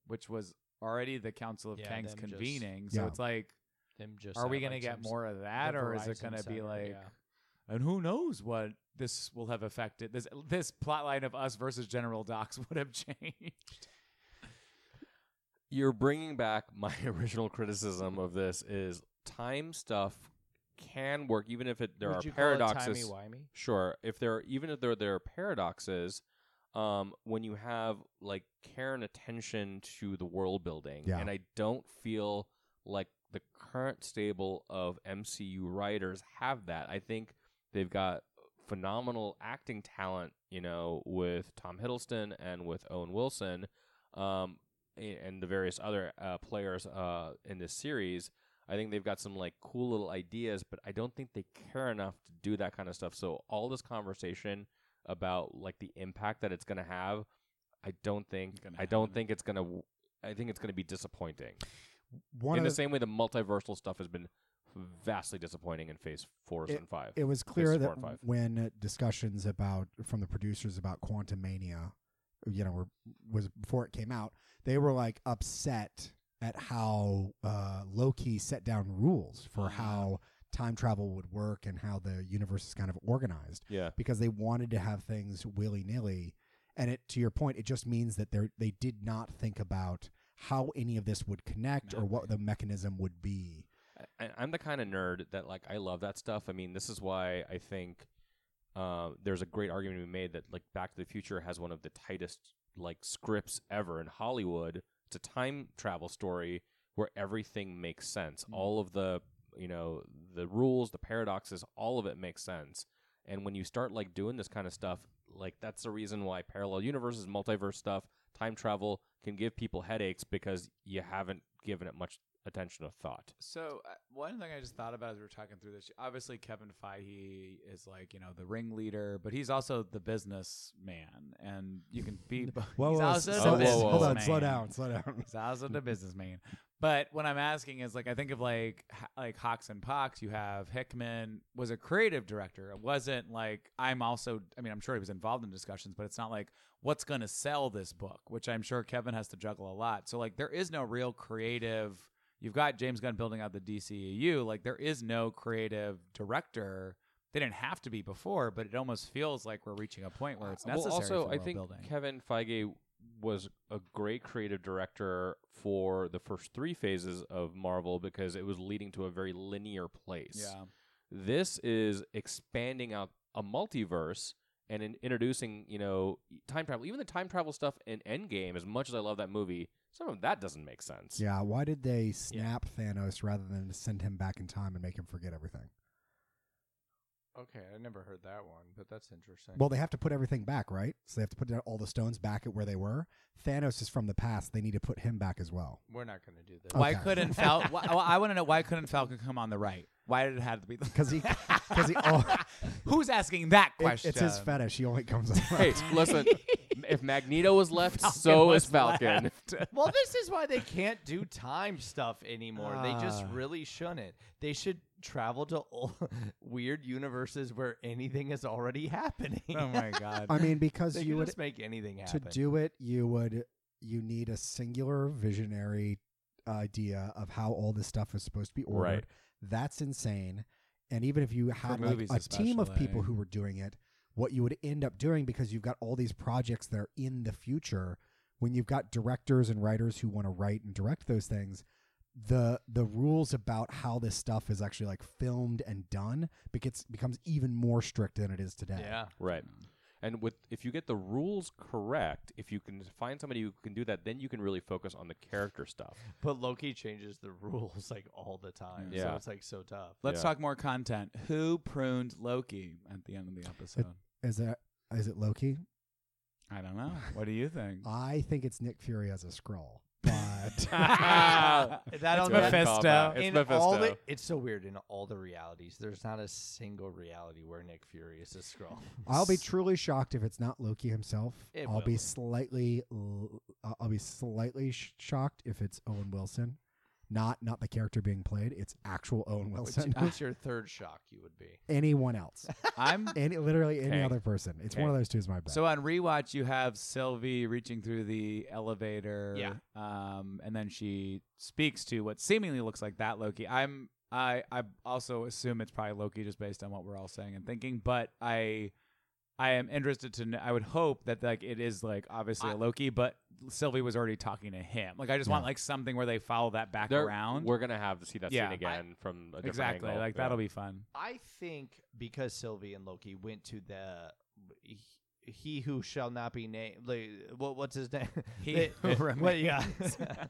Speaker 2: which was already the council of
Speaker 4: Yeah,
Speaker 2: kang's
Speaker 4: them just-
Speaker 2: convening so
Speaker 3: Yeah.
Speaker 2: it's like
Speaker 4: Them just
Speaker 2: are we
Speaker 4: at,
Speaker 2: going
Speaker 4: like,
Speaker 2: to get
Speaker 4: (laughs) some
Speaker 2: more of that or is it
Speaker 4: Verizon
Speaker 2: going to be
Speaker 4: Center,
Speaker 2: like
Speaker 4: yeah.
Speaker 2: and who knows what this will have affected this this plot line of us versus general docs (laughs) would have changed
Speaker 5: You're bringing back (laughs) my original criticism of this is time stuff can work even if it there
Speaker 4: Would
Speaker 5: are
Speaker 4: you call it
Speaker 5: paradoxes.
Speaker 4: timey-wimey?
Speaker 5: Sure. If there, are, even if there there are paradoxes, um, when you have like care and attention to the world building,
Speaker 3: Yeah.
Speaker 5: and I don't feel like the current stable of MCU writers have that. I think they've got phenomenal acting talent, you know, with Tom Hiddleston and with Owen Wilson, um, a- and the various other uh, players uh, in this series. I think they've got some like cool little ideas, but I don't think they care enough to do that kind of stuff. So all this conversation about like the impact that it's going to have, I don't think
Speaker 2: Gonna
Speaker 5: I don't
Speaker 2: happen.
Speaker 5: think it's going to I think it's going to be disappointing.
Speaker 3: One
Speaker 5: in
Speaker 3: of
Speaker 5: the same way the multiversal stuff has been vastly disappointing in phase 4 and 5.
Speaker 3: it was clear
Speaker 5: is
Speaker 3: that
Speaker 5: four and five.
Speaker 3: when discussions about from the producers about Quantum Mania, you know, were, was before it came out, they were like upset at how uh, Loki set down rules for
Speaker 5: Mm-hmm.
Speaker 3: how time travel would work and how the universe is kind of organized
Speaker 5: yeah.
Speaker 3: because they wanted to have things willy nilly. And it, to your point, it just means that they they did not think about how any of this would connect or what the mechanism would be.
Speaker 5: I, I'm the kind of nerd that like I love that stuff. I mean, this is why I think uh, there's a great argument to be made that like Back to the Future has one of the tightest like scripts ever in Hollywood. It's a time travel story where everything makes sense. All of the you know the rules, the paradoxes, all of it makes sense. And when you start like doing this kind of stuff, like that's the reason why parallel universes, multiverse stuff, time travel can give people headaches because you haven't given it much attention or thought.
Speaker 2: So uh, one thing I just thought about as we were talking through this, obviously Kevin Feige is like you know the ringleader, but he's also the businessman, and you can
Speaker 3: (laughs)
Speaker 2: be. bo-
Speaker 3: Whoa,
Speaker 2: he's
Speaker 3: whoa,
Speaker 2: also
Speaker 3: slow-
Speaker 5: the
Speaker 2: the
Speaker 5: whoa,
Speaker 2: businessman.
Speaker 5: whoa, whoa.
Speaker 3: hold on, slow down, slow
Speaker 5: (laughs)
Speaker 3: down.
Speaker 2: He's also the businessman. But what I'm asking is like I think of like h- like Hawks and Pox. You have Hickman was a creative director. It wasn't like I'm also. I mean, I'm sure he was involved in discussions, but it's not like what's going to sell this book, which I'm sure Kevin has to juggle a lot. So like there is no real creative. You've got James Gunn building out the DCEU. Like there is no creative director. They didn't have to be before, but it almost feels like we're reaching a point where it's
Speaker 5: Uh, well,
Speaker 2: necessary.
Speaker 5: also,
Speaker 2: for
Speaker 5: I
Speaker 2: world
Speaker 5: think
Speaker 2: building.
Speaker 5: Kevin Feige was a great creative director for the first three phases of Marvel because it was leading to a very linear place.
Speaker 2: yeah.
Speaker 5: This is expanding out a multiverse and in introducing, you know, time travel. Even the time travel stuff in Endgame, as much as I love that movie, some of that doesn't make sense.
Speaker 3: Yeah, why did they snap Thanos rather than send him back in time and make him forget everything?
Speaker 4: Okay, I never heard that one, but that's interesting.
Speaker 3: Well, they have to put everything back, right? So they have to put down all the stones back at where they were. Thanos is from the past. They need to put him back as well.
Speaker 4: we're not going to do this.
Speaker 2: Why
Speaker 3: Okay.
Speaker 2: couldn't Fal? why, well, I want to know why couldn't Falcon come on the right? Why did it have to be?
Speaker 3: (laughs) Because he, because he, oh, (laughs) it-
Speaker 2: Who's asking that question?
Speaker 3: it's his fetish. He only comes. on-
Speaker 5: Hey,
Speaker 2: (laughs)
Speaker 5: listen, if Magneto was left, so
Speaker 2: was
Speaker 5: is Falcon.
Speaker 4: well, this is why they can't do time stuff anymore. they just
Speaker 3: Ah.
Speaker 4: really shun it. They should travel to (laughs) old, weird universes where anything is already happening.
Speaker 2: oh my god!
Speaker 3: I mean, because
Speaker 4: they
Speaker 3: you
Speaker 4: can
Speaker 3: would
Speaker 4: just make anything
Speaker 3: to
Speaker 4: happen.
Speaker 3: do it, you would you need a singular visionary idea of how all this stuff is supposed to be ordered.
Speaker 5: Right.
Speaker 3: That's insane. And even if you had like
Speaker 2: movies
Speaker 3: a team of
Speaker 2: especially.
Speaker 3: people who were doing it, what you would end up doing because you've got all these projects that are in the future, when you've got directors and writers who want to write and direct those things, the the rules about how this stuff is actually like filmed and done becomes becomes even more strict than it is today.
Speaker 5: Right. Um, And with if you get the rules correct, if you can find somebody who can do that, then you can really focus on the character stuff.
Speaker 4: But Loki changes the rules like all the time.
Speaker 5: Yeah.
Speaker 4: So it's like so tough.
Speaker 2: Let's
Speaker 5: Yeah.
Speaker 2: talk more content. Who pruned Loki at the end of the episode?
Speaker 3: Is that is it Loki?
Speaker 2: I don't know. What do you think?
Speaker 3: I think it's Nick Fury as a scroll. But
Speaker 2: (laughs)
Speaker 3: (laughs)
Speaker 4: that
Speaker 2: It's
Speaker 4: on that-
Speaker 2: Mephisto.
Speaker 5: callback. It's
Speaker 4: in all the,
Speaker 5: Mephisto.
Speaker 4: it's so weird in all the realities. There's not a single reality where Nick Fury is a
Speaker 2: (laughs)
Speaker 4: scroll.
Speaker 3: I'll be truly shocked if it's not Loki himself.
Speaker 4: It
Speaker 3: I'll
Speaker 4: will
Speaker 3: be
Speaker 4: be.
Speaker 3: slightly, l- uh, I'll- I'll be slightly sh- shocked if it's Owen Wilson, not not the character being played. It's actual Owen
Speaker 4: What's,
Speaker 3: Wilson.
Speaker 4: what's your third shock? You would be.
Speaker 3: (laughs) Anyone else?
Speaker 2: I'm
Speaker 3: Any literally any
Speaker 5: Kang.
Speaker 3: other person? It's one of those two is my bet.
Speaker 2: so on rewatch. You have Sylvie reaching through the elevator.
Speaker 4: Yeah.
Speaker 2: Um, and then she speaks to what seemingly looks like that Loki. I'm. I. I also assume it's probably Loki, just based on what we're all saying and thinking. But I. I am interested to. Know, I would hope that like it is like obviously a Loki, but Sylvie was already talking to him. Like I just want
Speaker 3: Yeah.
Speaker 2: like something where they follow that back
Speaker 5: There-
Speaker 2: around.
Speaker 5: We're gonna have to see that
Speaker 2: Yeah. I-
Speaker 5: scene again from a different
Speaker 2: Exactly.
Speaker 5: angle.
Speaker 2: Like
Speaker 5: Yeah.
Speaker 2: that'll be fun.
Speaker 4: I think because Sylvie and Loki went to the he, he who shall not be named. Like, what, what's his name? (laughs)
Speaker 2: He who
Speaker 4: what, yeah. (laughs)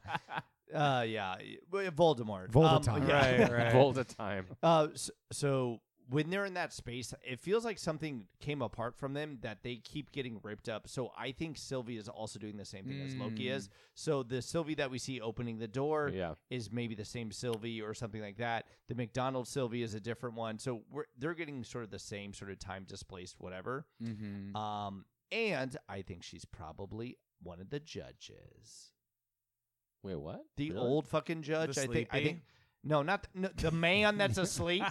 Speaker 4: uh, yeah. Voldemort. Um,
Speaker 3: Voldemort.
Speaker 4: yeah.
Speaker 2: Right,
Speaker 5: (laughs)
Speaker 2: right.
Speaker 5: Volta time.
Speaker 4: (laughs) Uh, so, so when they're in that space, it feels like something came apart from them that they keep getting ripped up. So I think Sylvie is also doing the same thing as Loki
Speaker 2: Mm.
Speaker 4: is. So the Sylvie that we see opening the door
Speaker 5: Yeah.
Speaker 4: is maybe the same Sylvie or something like that. The McDonald Sylvie is a different one. So we're they're getting sort of the same sort of time displaced, whatever.
Speaker 5: (laughs)
Speaker 2: Mm-hmm.
Speaker 4: Um, and I think she's probably one of the judges.
Speaker 5: Wait, what?
Speaker 4: The
Speaker 5: Really?
Speaker 4: old fucking judge. I think. I
Speaker 2: sleepy?
Speaker 4: think. No, not th- no, the man that's asleep.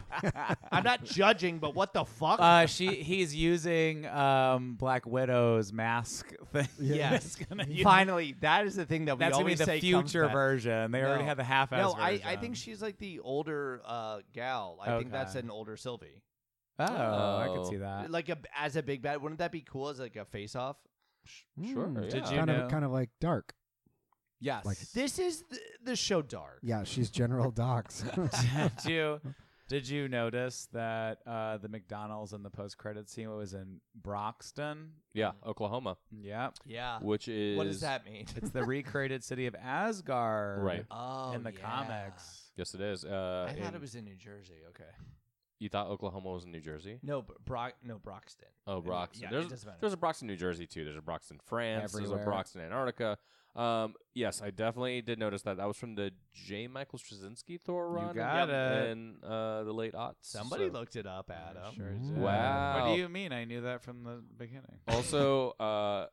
Speaker 4: I'm not judging, but what the fuck?
Speaker 2: Uh, she he's using um Black Widow's mask thing. (laughs)
Speaker 4: (laughs)
Speaker 3: Yeah.
Speaker 4: Yes.
Speaker 2: That's gonna, you-
Speaker 4: Finally, that is the thing that we
Speaker 2: that's gonna be
Speaker 4: always
Speaker 2: the
Speaker 4: say comes
Speaker 2: future
Speaker 4: back.
Speaker 2: version. They already
Speaker 4: No.
Speaker 2: had the half
Speaker 4: No, I, I think she's like the older uh, gal. I think that's
Speaker 2: um, Okay. Uh,
Speaker 4: an older Sylvie.
Speaker 2: Oh, I could
Speaker 5: Oh.
Speaker 2: see that.
Speaker 4: Like a as a big bad, wouldn't that be cool as like a face off?
Speaker 5: Hmm. Sure,
Speaker 3: Mm,
Speaker 5: Did yeah. you
Speaker 3: kind
Speaker 2: know-
Speaker 3: of kind of like dark?
Speaker 2: Yes.
Speaker 4: (laughs)
Speaker 3: like-
Speaker 4: This is the, the show Dark.
Speaker 3: Yeah, she's General Docs.
Speaker 4: (laughs)
Speaker 2: did you did you notice that uh the McDonald's in the post credit scene was in Broxton?
Speaker 5: Yeah, Oklahoma,
Speaker 2: Yep.
Speaker 4: Yeah.
Speaker 5: which
Speaker 4: Uh,
Speaker 5: is
Speaker 4: What does that mean? (laughs)
Speaker 2: It's the recreated city of Asgard.
Speaker 5: Right.
Speaker 4: Oh,
Speaker 2: In the
Speaker 4: yeah.
Speaker 2: comics.
Speaker 5: Yes, it is. Uh,
Speaker 4: I thought
Speaker 5: in-
Speaker 4: it was in New Jersey. Okay.
Speaker 5: You thought Oklahoma was in New Jersey?
Speaker 4: No, but Brock. No, Broxton.
Speaker 5: Oh,
Speaker 4: And-
Speaker 5: Broxton.
Speaker 4: Yeah, it
Speaker 5: there's
Speaker 4: doesn't matter.
Speaker 5: there's a Broxton, New Jersey too. There's a Broxton, France. There's
Speaker 2: Everywhere.
Speaker 5: a Broxton, Antarctica. Um, yes, I definitely did notice that. That was from the J. Michael Straczynski Thor run.
Speaker 2: got it.
Speaker 5: In uh, the late aughts.
Speaker 4: Somebody
Speaker 5: so.
Speaker 4: looked it up, Adam.
Speaker 2: Sure is.
Speaker 5: Wow.
Speaker 2: What do you mean? I knew that from the beginning.
Speaker 4: (laughs)
Speaker 5: also, uh,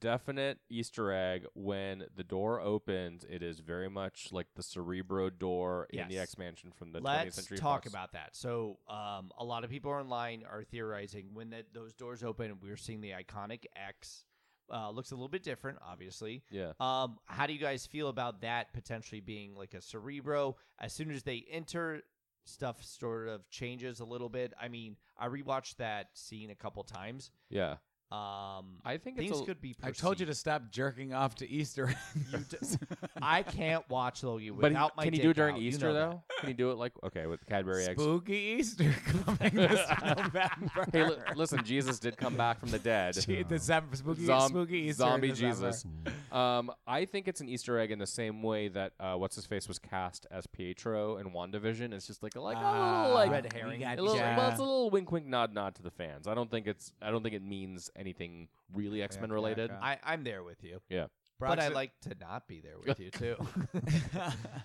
Speaker 5: definite Easter egg when the door opens. It is very much like the Cerebro door in the
Speaker 4: Yes.
Speaker 5: X Mansion from the 20th
Speaker 4: Let's
Speaker 5: century.
Speaker 4: talk
Speaker 5: Fox.
Speaker 4: about that. So, um, a lot of people online are theorizing when that those doors open, we're seeing the iconic X. Uh, looks a little bit different, obviously.
Speaker 5: Yeah.
Speaker 4: Um, how do you guys feel about that potentially being like a cerebro? As soon as they enter, stuff sort of changes a little bit. I mean, I rewatched that scene a couple times.
Speaker 5: Yeah.
Speaker 4: Um,
Speaker 5: I think it's
Speaker 4: things
Speaker 5: a,
Speaker 4: could be.
Speaker 2: I told you to (laughs)
Speaker 4: perceived.
Speaker 2: stop jerking off to Easter.
Speaker 4: d-
Speaker 2: (laughs)
Speaker 4: I can't watch Loki
Speaker 5: But he-
Speaker 4: without my.
Speaker 5: can you
Speaker 4: dick
Speaker 5: do it during
Speaker 4: out.
Speaker 5: Easter
Speaker 4: you know that.
Speaker 5: though? Can you do it like okay with Cadbury eggs?
Speaker 2: Spooky Easter (laughs) coming this
Speaker 5: (laughs)
Speaker 2: November.
Speaker 5: Hey, li- listen, Jesus did come back from the dead.
Speaker 2: (laughs) Gee, the Zem- (laughs) spooky,
Speaker 5: Zom-
Speaker 2: spooky Easter
Speaker 5: zombie
Speaker 2: in December.
Speaker 5: Jesus. Um, I think it's an Easter egg in the same way that uh, what's his face was cast as Pietro in Wandavision. It's just like a like a
Speaker 2: Ah,
Speaker 5: little like
Speaker 4: red herring.
Speaker 5: a little,
Speaker 2: yeah.
Speaker 5: well, it's a little wink, wink, nod, nod to the fans. I don't think it's I don't think it means anything really X Men
Speaker 2: okay,
Speaker 5: related.
Speaker 2: okay.
Speaker 4: I, I'm there with you.
Speaker 5: Yeah.
Speaker 4: But I
Speaker 2: Broxton-
Speaker 4: like to not be there with you (laughs) too.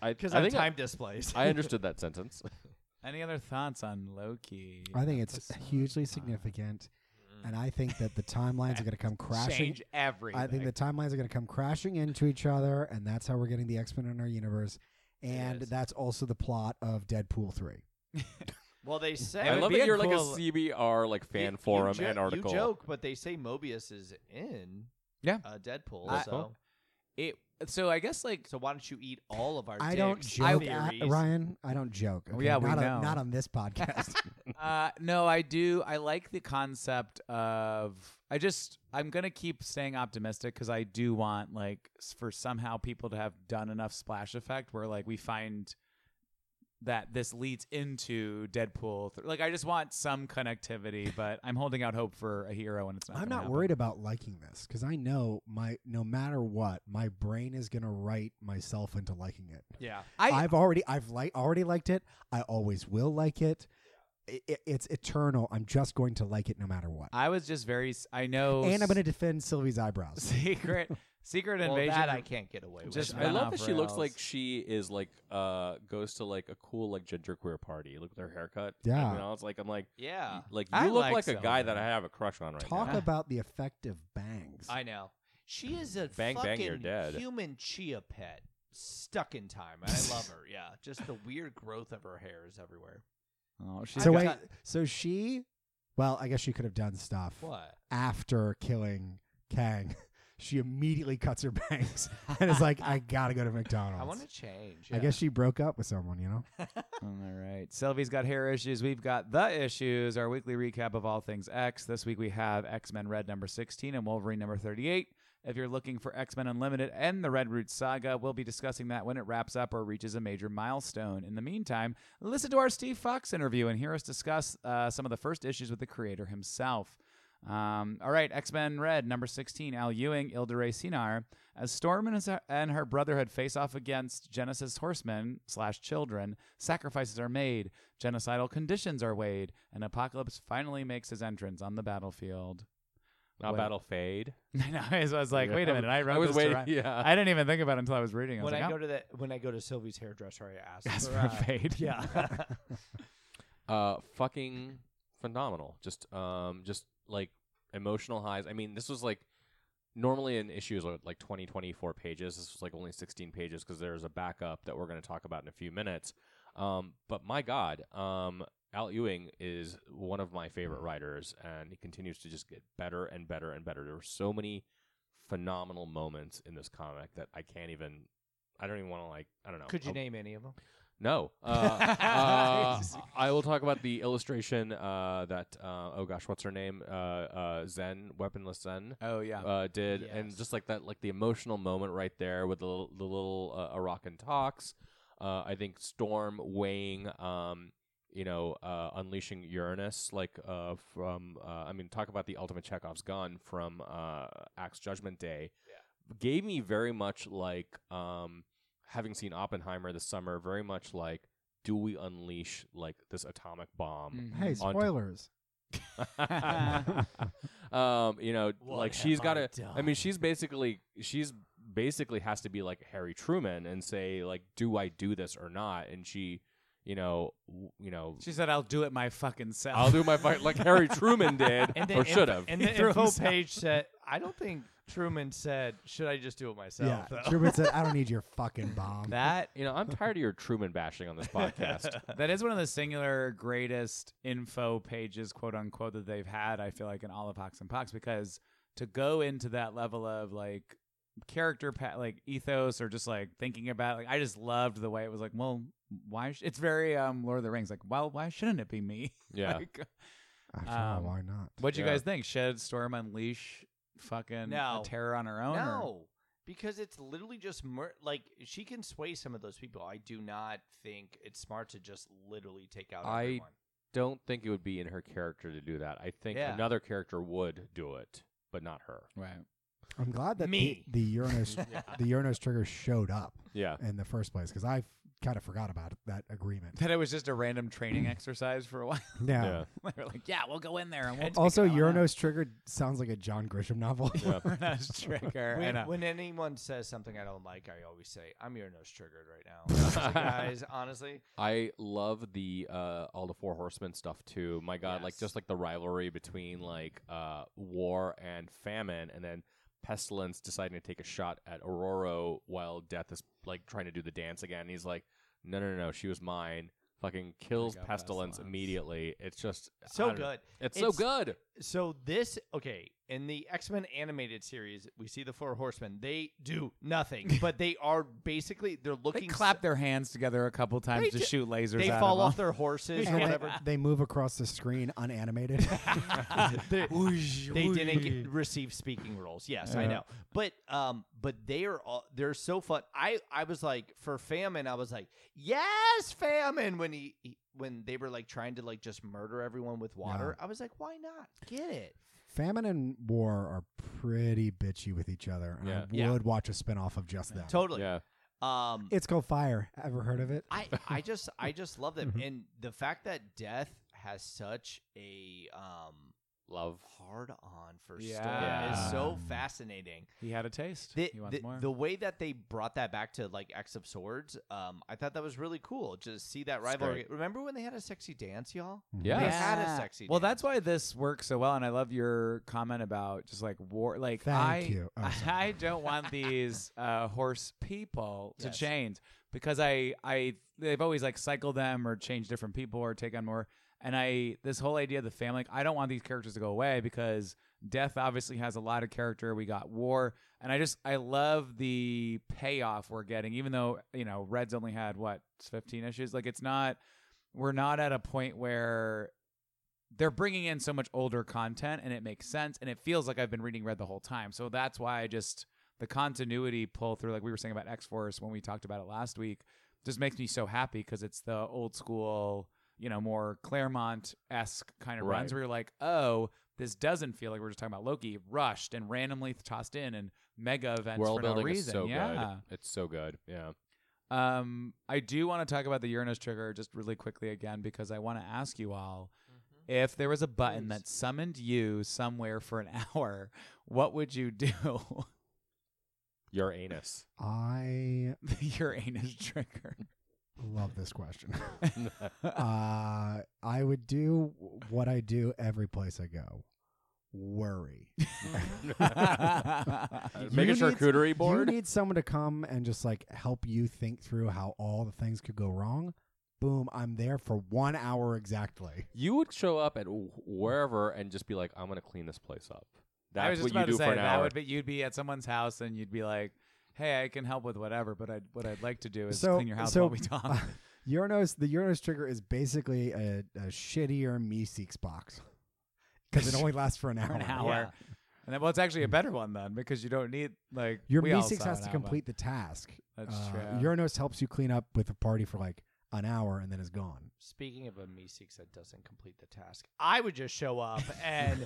Speaker 5: I,
Speaker 4: Because
Speaker 5: I
Speaker 4: I'm
Speaker 5: think I-
Speaker 4: time displays.
Speaker 5: I understood that sentence.
Speaker 2: (laughs) Any other thoughts on Loki?
Speaker 3: (laughs) I think it's
Speaker 2: Episode
Speaker 3: hugely
Speaker 2: five.
Speaker 3: significant, and I think that the timelines are going to come crashing
Speaker 4: Change (laughs) everything.
Speaker 3: I think the timelines are going to come crashing into each other, and that's how we're getting the X Men in our universe. And
Speaker 4: is.
Speaker 3: that's also the plot of Deadpool three.
Speaker 4: well, they say
Speaker 5: I
Speaker 2: would
Speaker 5: love
Speaker 2: be
Speaker 5: that
Speaker 2: a
Speaker 5: you're
Speaker 2: cool-
Speaker 5: like a CBR like
Speaker 4: You-
Speaker 5: fan
Speaker 4: you
Speaker 5: forum
Speaker 4: jo-
Speaker 5: and article.
Speaker 4: You joke, but they say Mobius is in
Speaker 2: Yeah.
Speaker 4: uh, Deadpool.
Speaker 2: I-
Speaker 4: so
Speaker 2: It so I guess like
Speaker 4: So why don't you eat all of our?
Speaker 3: I don't
Speaker 4: dicks
Speaker 3: joke, at,
Speaker 4: theories?
Speaker 3: Ryan. I don't joke.
Speaker 2: Oh,
Speaker 3: okay?
Speaker 2: yeah, we
Speaker 3: not on-
Speaker 2: know.
Speaker 3: not on
Speaker 2: (laughs)
Speaker 3: this podcast.
Speaker 2: uh, no, I do. I like the concept of. I just. I'm gonna keep staying optimistic because I do want like s- for somehow people to have done enough splash effect where like we find that this leads into Deadpool. Th- like I just want some connectivity, but I'm holding out hope for a hero, and it's not.
Speaker 3: I'm
Speaker 2: gonna
Speaker 3: not
Speaker 2: happen.
Speaker 3: worried about liking this because I know my no matter what, my brain is gonna write myself into liking it.
Speaker 4: Yeah,
Speaker 2: I,
Speaker 3: I've already I've li- already liked it. I always will like it. I i- it's eternal. I'm just going to like it no matter what.
Speaker 2: I was just very. s- I know.
Speaker 3: and I'm
Speaker 2: s-
Speaker 3: going to defend Sylvie's
Speaker 2: (laughs)
Speaker 3: eyebrows.
Speaker 2: secret secret
Speaker 4: well,
Speaker 2: invasion.
Speaker 4: that I can't get away with.
Speaker 2: Just-
Speaker 5: I
Speaker 2: went
Speaker 5: love
Speaker 2: off
Speaker 5: that she looks
Speaker 2: rails.
Speaker 5: like she is like uh goes to like a cool like genderqueer party. Look at her haircut.
Speaker 3: Yeah.
Speaker 5: you know, it's like I'm like
Speaker 4: yeah,
Speaker 5: like you
Speaker 2: I
Speaker 5: look
Speaker 2: like
Speaker 5: like, a guy
Speaker 2: Sylvan.
Speaker 5: that I have a crush on right
Speaker 3: Talk
Speaker 5: now.
Speaker 3: about the effect of bangs.
Speaker 4: I know. She is a
Speaker 5: Bang,
Speaker 4: fucking
Speaker 5: bang, you're dead.
Speaker 4: human chia pet stuck in time. I love her. Yeah, just the weird growth of her hair is everywhere.
Speaker 2: Oh, she's
Speaker 3: so
Speaker 2: got-
Speaker 3: wait, so she, well, I guess she could have done stuff
Speaker 4: What?
Speaker 3: after killing Kang. (laughs) She immediately cuts her bangs and is like, "I gotta go to McDonald's."
Speaker 4: I want to change.
Speaker 3: I guess she broke up with someone, you know.
Speaker 2: All right. Sylvie's got hair issues. We've got the issues, our weekly recap of all things X. This week we have X Men Red number 16 and Wolverine number 38. If you're looking for X Men Unlimited and the Red Root Saga, we'll be discussing that when it wraps up or reaches a major milestone. In the meantime, listen to our Steve Fox interview and hear us discuss uh, some of the first issues with the creator himself. Um, all right, X Men Red, number 16, Al Ewing, Ildere Sinar. As Storm and, his, and her brotherhood face off against Genesis horsemen slash children, sacrifices are made, genocidal conditions are weighed, and Apocalypse finally makes his entrance on the battlefield. (laughs)
Speaker 5: Not
Speaker 2: Wait.
Speaker 5: battle fade.
Speaker 2: I know, I was, I was like,
Speaker 5: Yeah.
Speaker 2: wait a minute, I wrote
Speaker 5: I was
Speaker 2: this to
Speaker 5: waiting.
Speaker 2: Ryan.
Speaker 5: Yeah,
Speaker 2: I didn't even think about it until I was reading. I was
Speaker 4: when
Speaker 2: like,
Speaker 4: I go
Speaker 2: oh,
Speaker 4: to the when I go to Sylvie's hairdresser, I ask
Speaker 2: that's
Speaker 4: for,
Speaker 2: for
Speaker 4: uh,
Speaker 2: (laughs) fade.
Speaker 4: Yeah,
Speaker 5: uh fucking phenomenal just um just like emotional highs i mean this was like normally an issue is like 20 24 pages this was like only 16 pages because there's a backup that we're going to talk about in a few minutes um but my god um al ewing is one of my favorite writers and he continues to just get better and better and better there were so many phenomenal moments in this comic that i can't even i don't even want to like i don't know
Speaker 4: (laughs) could you
Speaker 5: I'll-
Speaker 4: name any of them? (laughs)
Speaker 5: no. Uh, uh, I will talk about the illustration uh, that, uh, oh gosh, what's her name? Uh, uh, Zen, Weaponless Zen.
Speaker 2: Oh yeah.
Speaker 5: Uh, did and
Speaker 4: Yes.
Speaker 5: just like that, like the emotional moment right there with the little, the little uh, Arakan talks. Uh, I think Storm weighing, um, you know, uh, unleashing Uranus, like uh, from, uh, I mean, talk about the ultimate Chekhov's gun from uh, Axe Judgment Day. Gave me very much like, um, having seen Oppenheimer this summer, very much like, do we unleash like this atomic bomb?
Speaker 4: Mm.
Speaker 2: Mhm.
Speaker 3: Hey,
Speaker 5: On to-
Speaker 3: spoilers!
Speaker 5: um, you know,
Speaker 4: What
Speaker 5: like
Speaker 4: have
Speaker 5: she's got
Speaker 4: I
Speaker 5: to. I mean, she's basically she's basically has to be like Harry Truman and say like, do I do this or not? And she, you know, w- you know,
Speaker 2: (laughs)
Speaker 5: (laughs)
Speaker 2: she said, "I'll do it my fucking self." (laughs)
Speaker 5: I'll do my fight like Harry (laughs) Truman did
Speaker 4: And the
Speaker 5: or
Speaker 4: info-
Speaker 5: should have.
Speaker 4: And
Speaker 2: He
Speaker 4: the
Speaker 2: threw
Speaker 4: info
Speaker 2: himself.
Speaker 4: page said, "I don't think Truman said, should I just do it myself?"
Speaker 3: Yeah,
Speaker 4: though. (laughs)
Speaker 3: Truman said, "I don't need your fucking bomb."
Speaker 2: that
Speaker 5: You know, I'm tired of your Truman bashing on this podcast. (laughs)
Speaker 2: that is one of the singular greatest info pages, quote unquote, that they've had. I feel like in all of Hawks and Pox because to go into that level of like character, pa- like ethos, or just like thinking about, like I just loved the way it was like, well, why? Sh-? It's very um Lord of the Rings, like, well, why shouldn't it be me?
Speaker 5: Yeah.
Speaker 2: Like,
Speaker 3: I thought,
Speaker 2: Um,
Speaker 3: why not?
Speaker 2: (laughs) what'd you
Speaker 5: Yeah.
Speaker 2: guys think? Should Storm unleash fucking
Speaker 4: No.
Speaker 2: a terror on her own? or-
Speaker 4: No, because it's literally just mur- like she can sway some of those people. I do not think it's smart to just literally take out
Speaker 5: I-
Speaker 4: everyone.
Speaker 5: Don't think it would be in her character to do that. I think
Speaker 4: Yeah.
Speaker 5: another character would do it, but not her.
Speaker 2: Right.
Speaker 3: I'm glad that
Speaker 4: me.
Speaker 3: the, the Uranus the Uranus trigger showed up
Speaker 5: Yeah.
Speaker 3: in the first place because I kind of forgot about it, that
Speaker 2: (laughs)
Speaker 3: agreement.
Speaker 2: That it was just a random (laughs) training exercise for a while.
Speaker 3: Now,
Speaker 5: Yeah.
Speaker 2: they were like, yeah, we'll go in there and we'll
Speaker 3: also
Speaker 2: take it (laughs) on out."
Speaker 3: Uranus trigger sounds like a John Grisham novel. (laughs)
Speaker 5: Yeah.
Speaker 2: Uranus (laughs) trigger.
Speaker 4: When,
Speaker 2: and a-
Speaker 4: when anyone says something I don't like, I always say, "I'm your nose triggered right now."
Speaker 5: (laughs)
Speaker 4: Like, guys, honestly,
Speaker 5: I love the uh, all the four horsemen stuff too. My God, like
Speaker 4: Yes.
Speaker 5: just like the rivalry between like uh, war and famine, and then pestilence deciding to take a shot at Aurora while Death is like trying to do the dance again. And he's like, no, no, no, no, she was mine. Fucking kills
Speaker 2: got
Speaker 5: pestilence,
Speaker 2: Pestilence.
Speaker 5: immediately. It's just I
Speaker 4: so
Speaker 5: don't know.
Speaker 4: good.
Speaker 5: It's, so
Speaker 4: It's-
Speaker 5: good.
Speaker 4: So this okay, in the X Men animated series, we see the Four Horsemen. They do
Speaker 5: (laughs)
Speaker 4: nothing, but they are basically they're
Speaker 2: They
Speaker 4: looking.
Speaker 2: clap their hands together a couple times
Speaker 4: They
Speaker 2: to
Speaker 4: ju-
Speaker 2: shoot lasers.
Speaker 4: They
Speaker 2: out
Speaker 4: fall
Speaker 2: of
Speaker 4: off
Speaker 2: them.
Speaker 4: their horses or
Speaker 3: (laughs) And they,
Speaker 4: whatever.
Speaker 3: they move across the screen unanimated.
Speaker 4: they, they didn't get, receive speaking roles. Yes, I
Speaker 2: Yeah.
Speaker 4: know, but um, but they are all they're so fun. I I was like for famine, I was like yes, famine. When he, he- when they were like trying to like just murder everyone with water, I was like, why not get it?
Speaker 3: Famine and war are pretty bitchy with each other. and
Speaker 5: Yeah.
Speaker 3: I
Speaker 4: Yeah.
Speaker 3: would watch a spinoff of just that.
Speaker 4: Totally.
Speaker 5: yeah.
Speaker 4: Um,
Speaker 3: It's called Fire. Ever heard of it?
Speaker 4: I, I just I just love them
Speaker 2: Mm-hmm.
Speaker 4: and the fact that death has such a um
Speaker 5: Love.
Speaker 4: hard on for
Speaker 2: Yeah.
Speaker 4: Storm is so fascinating.
Speaker 2: He had a taste.
Speaker 4: The,
Speaker 2: he wants
Speaker 4: the,
Speaker 2: more.
Speaker 4: the way that they brought that back to like X of Swords, um, I thought that was really cool. Just see that rivalry. Remember when they had a sexy dance, y'all?
Speaker 5: Yeah.
Speaker 4: They had a sexy
Speaker 2: Well,
Speaker 4: dance.
Speaker 2: that's why this works so well, and I love your comment about just like war. Like
Speaker 3: Thank
Speaker 2: I,
Speaker 3: you. Oh,
Speaker 2: (laughs)
Speaker 3: sorry.
Speaker 2: I don't want these uh, horse people to
Speaker 4: Yes.
Speaker 2: change because I, I, they've always like cycled them or changed different people or take on more. And I, this whole idea of the family, like, I don't want these characters to go away because death obviously has a lot of character. We got war, and I just, I love the payoff we're getting, even though you know Red's only had what fifteen issues. Like it's not, we're not at a point where they're bringing in so much older content and it makes sense and it feels like I've been reading Red the whole time. So that's why I just the continuity pull through like we were saying about X-Force when we talked about it last week just makes me so happy cuz it's the old school, you know, more Claremont-esque kind of
Speaker 5: Right.
Speaker 2: runs where you're like, "Oh, this doesn't feel like we're just talking about Loki rushed and randomly tossed in and mega events
Speaker 5: World
Speaker 2: for no
Speaker 5: building is
Speaker 2: reason."
Speaker 5: so
Speaker 2: yeah.
Speaker 5: good. It's so good. Yeah.
Speaker 2: Um, I do want to talk about the Uranus trigger just really quickly again because I want to ask you all
Speaker 4: Mm-hmm.
Speaker 2: if there was a button that summoned you somewhere for an (laughs) hour, what would you do? (laughs)
Speaker 5: Your anus. (laughs)
Speaker 3: I
Speaker 2: the Uranus trigger.
Speaker 3: love this question. (laughs) uh, I would do what I do every place I go worry.
Speaker 5: Make a
Speaker 3: You need-
Speaker 5: charcuterie board.
Speaker 3: You need someone to come and just like help you think through how all the things could go wrong. Boom, I'm there for one hour exactly.
Speaker 5: you would show up at wh- wherever and just be like, "I'm gonna clean this place up." That's
Speaker 2: I was just
Speaker 5: what you
Speaker 2: about
Speaker 5: do
Speaker 2: to
Speaker 5: for
Speaker 2: say
Speaker 5: an
Speaker 2: that
Speaker 5: hour.
Speaker 2: would be you'd be at someone's house and you'd be like, "Hey, I can help with whatever, but I what I'd like to do is
Speaker 3: So-
Speaker 2: clean your house
Speaker 3: so-
Speaker 2: while we
Speaker 3: (laughs)
Speaker 2: talk."
Speaker 3: Uranus, the Uranus trigger is basically a, a shittier Meeseeks box because it only lasts for an
Speaker 2: (laughs)
Speaker 3: hour.
Speaker 2: for an hour. And then, well, it's actually a better one then because you don't need like
Speaker 3: Your
Speaker 2: we all
Speaker 3: Meeseeks
Speaker 2: saw
Speaker 3: has
Speaker 2: it
Speaker 3: to
Speaker 2: happen.
Speaker 3: complete the task.
Speaker 2: That's
Speaker 3: Uh,
Speaker 2: true.
Speaker 3: Uranus helps you clean up with a party for like an hour and then is gone.
Speaker 4: Speaking of a Meeseeks that doesn't complete the task, I would just show up (laughs) and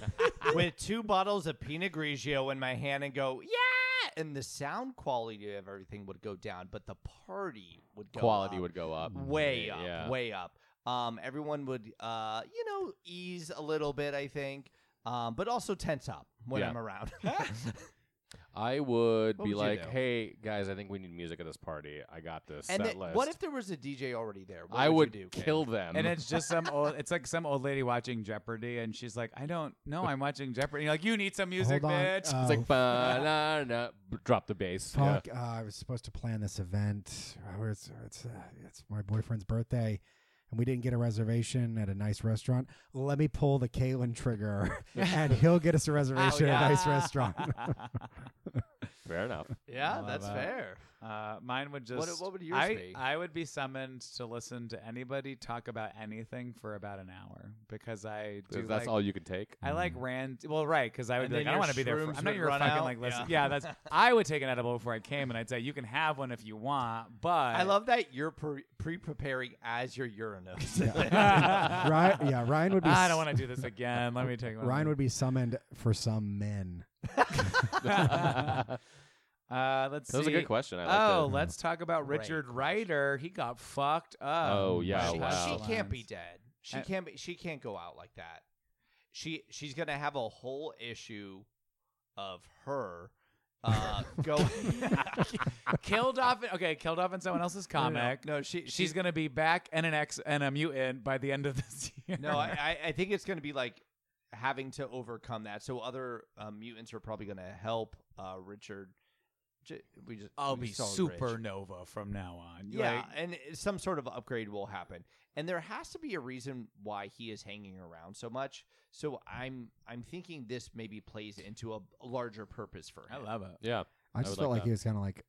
Speaker 4: with two bottles of Pinot Grigio in my hand and go, yeah! And the sound quality of everything would go down, but the party would go
Speaker 5: Quality
Speaker 4: up.
Speaker 5: would go up.
Speaker 4: way up,
Speaker 5: Yeah.
Speaker 4: way up. Um, everyone would, uh, you know, ease a little bit, I think, um, but also tense up when
Speaker 5: Yeah.
Speaker 4: I'm around.
Speaker 5: (laughs) I would
Speaker 4: What would
Speaker 5: be
Speaker 4: you
Speaker 5: like,
Speaker 4: do?
Speaker 5: "Hey guys, I think we need music at this party. I got this
Speaker 4: and
Speaker 5: set
Speaker 4: then-
Speaker 5: list."
Speaker 4: what if there was a DJ already there? What
Speaker 5: I would
Speaker 4: you do, Kane?
Speaker 5: kill them?
Speaker 2: And it's just some old. It's like some old lady watching Jeopardy, and she's like, "I don't know, I'm watching Jeopardy." You're like, "You need some music,
Speaker 3: Hold on.
Speaker 2: bitch."
Speaker 3: Uh,
Speaker 5: (laughs) It's like banana. Drop the bass. Yeah.
Speaker 3: Fuck! Uh, I was supposed to plan this event. Uh, where It's it's uh, it's my boyfriend's birthday, and we didn't get a reservation at a nice restaurant. Let me pull the Kalen trigger,
Speaker 2: (laughs)
Speaker 3: and he'll get us a reservation at a nice restaurant.
Speaker 5: Fair enough.
Speaker 4: Yeah,
Speaker 2: Love
Speaker 4: that's
Speaker 2: that.
Speaker 4: fair.
Speaker 2: Uh, mine would just.
Speaker 4: What- what would yours
Speaker 2: I,
Speaker 4: be?
Speaker 2: I would be summoned to listen to anybody talk about anything for about an hour because I do.
Speaker 5: that's
Speaker 2: like,
Speaker 5: all you can take. (laughs)
Speaker 2: I like rand. Well, right, because I would
Speaker 4: Mm. And
Speaker 2: be like,
Speaker 4: then
Speaker 2: I don't
Speaker 4: your
Speaker 2: want to be there. For,
Speaker 4: shrooms
Speaker 2: I'm not
Speaker 4: would
Speaker 2: your
Speaker 4: run
Speaker 2: fucking
Speaker 4: out?
Speaker 2: like listen.
Speaker 4: Yeah.
Speaker 2: Yeah.
Speaker 4: (laughs)
Speaker 2: that's. I would take an edible before I came, and I'd say, "You can have one if you want, but
Speaker 4: I love that you're pre preparing as your Uranus. (laughs)
Speaker 3: Right? Yeah, Ryan would be.
Speaker 2: I don't want to do this again. Let me take one.
Speaker 3: Ryan would be summoned for some men.
Speaker 2: (laughs) uh, let's
Speaker 5: That was a
Speaker 2: see.
Speaker 5: good question. I liked
Speaker 2: Oh,
Speaker 5: it.
Speaker 2: let's talk about
Speaker 4: Great
Speaker 2: Richard Ryder. He got fucked up.
Speaker 5: Oh, (laughs) yeah,
Speaker 4: she,
Speaker 5: wow.
Speaker 4: she can't (laughs) be dead. She
Speaker 2: I-
Speaker 4: can't be. She can't go out like that. She she's gonna have a whole issue of her
Speaker 5: (laughs)
Speaker 4: uh, (laughs) going.
Speaker 2: killed off. in- Okay, killed off in
Speaker 4: (laughs)
Speaker 2: someone else's comic.
Speaker 4: no, she
Speaker 2: She's gonna be back and an ex and a mutant by the end of this (laughs) year.
Speaker 4: No, I, I- I think it's going to be like having to overcome that. So other uh, mutants are probably going to help uh, Richard. J- we just
Speaker 2: will
Speaker 4: we
Speaker 2: be
Speaker 4: just call him Rich.
Speaker 2: supernova from now on.
Speaker 4: Yeah,
Speaker 2: Like,
Speaker 4: and some sort of upgrade will happen. and there has to be a reason why he is hanging around so much. So I'm I'm thinking this maybe plays into a, a larger purpose for him.
Speaker 2: I love it.
Speaker 5: Yeah.
Speaker 3: I just
Speaker 5: would
Speaker 3: felt
Speaker 5: like
Speaker 3: like,
Speaker 5: that.
Speaker 3: he was kind of like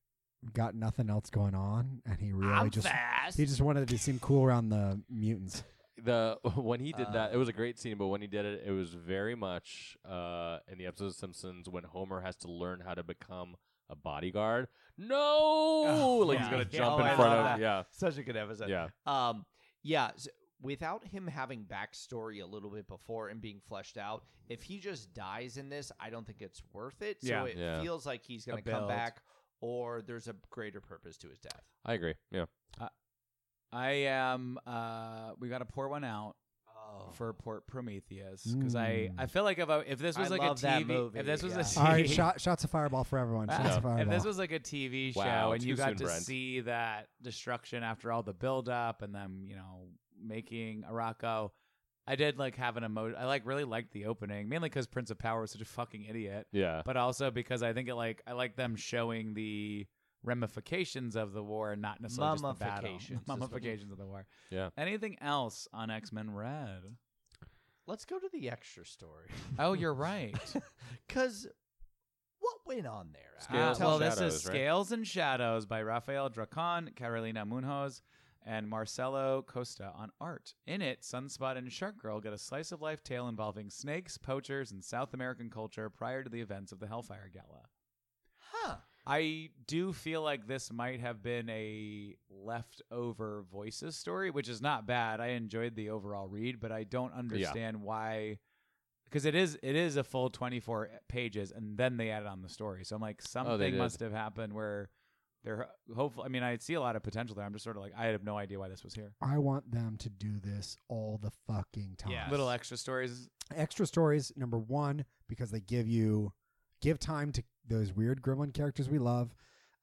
Speaker 3: got nothing else going on, and he really
Speaker 1: I'm
Speaker 3: just
Speaker 1: fast.
Speaker 3: he just wanted to seem cool around the mutants.
Speaker 2: (laughs)
Speaker 5: The (laughs) when he did that, it
Speaker 4: Uh,
Speaker 5: was a great scene. But when he did it, it was very much uh, in the episode of Simpsons when Homer has to learn how to become a bodyguard. No,
Speaker 4: (laughs)
Speaker 5: like he's
Speaker 2: yeah.
Speaker 5: gonna
Speaker 4: Yeah,
Speaker 5: jump
Speaker 4: oh,
Speaker 5: in
Speaker 4: I
Speaker 5: front of
Speaker 4: love that.
Speaker 5: yeah,
Speaker 4: Such a good episode.
Speaker 5: yeah.
Speaker 4: Um, yeah, s without him having backstory a little bit before and being fleshed out, if he just dies in this, I don't think it's worth it. So
Speaker 2: Yeah.
Speaker 4: it
Speaker 5: Yeah.
Speaker 4: feels like he's going to come
Speaker 2: build.
Speaker 4: back, or there's a greater purpose to his death.
Speaker 5: I agree. Yeah,
Speaker 2: I am. Uh, we got to pour one out
Speaker 4: Oh,
Speaker 2: for Port Prometheus because I,
Speaker 5: Hmm.
Speaker 2: I feel like if I, if this
Speaker 4: I
Speaker 2: was like
Speaker 4: love
Speaker 2: a
Speaker 4: that
Speaker 2: TV
Speaker 4: movie,
Speaker 2: if this was
Speaker 4: yeah.
Speaker 2: a (laughs) TV,
Speaker 3: All right, shot, shots of fireball for everyone. Shots
Speaker 2: Ah,
Speaker 3: of fireball.
Speaker 2: if this was like a TV show
Speaker 5: Wow,
Speaker 2: and
Speaker 5: too
Speaker 2: you got
Speaker 5: soon,
Speaker 2: to
Speaker 5: Brent.
Speaker 2: see that destruction after all the buildup and them, you know, making Araco, I did like have an emotion. I like really liked the opening mainly because Prince of Power was such a fucking idiot,
Speaker 5: yeah.
Speaker 2: but also because I think it like I like them showing the ramifications of the war and not necessarily just the battle.
Speaker 4: Mummifications is what-
Speaker 2: mummifications of the war.
Speaker 5: Yeah.
Speaker 2: Anything else on X Men Red?
Speaker 4: let's go to the extra story (laughs)
Speaker 2: Oh, you're right.
Speaker 4: because what went on there?
Speaker 5: Scale-
Speaker 2: Uh,
Speaker 5: Scales
Speaker 2: well,
Speaker 5: and
Speaker 2: this is
Speaker 5: Shadows, right?
Speaker 2: Scales and Shadows by Rafael Dracon, Carolina Munhoz, and Marcelo Costa on art. In it, Sunspot and Shark Girl get a slice of life tale involving snakes, poachers, and South American culture prior to the events of the Hellfire Gala.
Speaker 4: Huh.
Speaker 2: I do feel like this might have been a leftover voices story, which is not bad. I enjoyed the overall read, but I don't understand why because it is it is a full 24 pages and then they added on the story. So I'm like something
Speaker 5: Oh, did.
Speaker 2: must have happened where they're hopeful I mean I see a lot of potential there. I'm just sort of like I have no idea why this was here.
Speaker 3: I want them to do this all the fucking time.
Speaker 4: Yes.
Speaker 2: Little extra stories.
Speaker 3: extra stories number one because they give you give time to those weird gremlin characters we love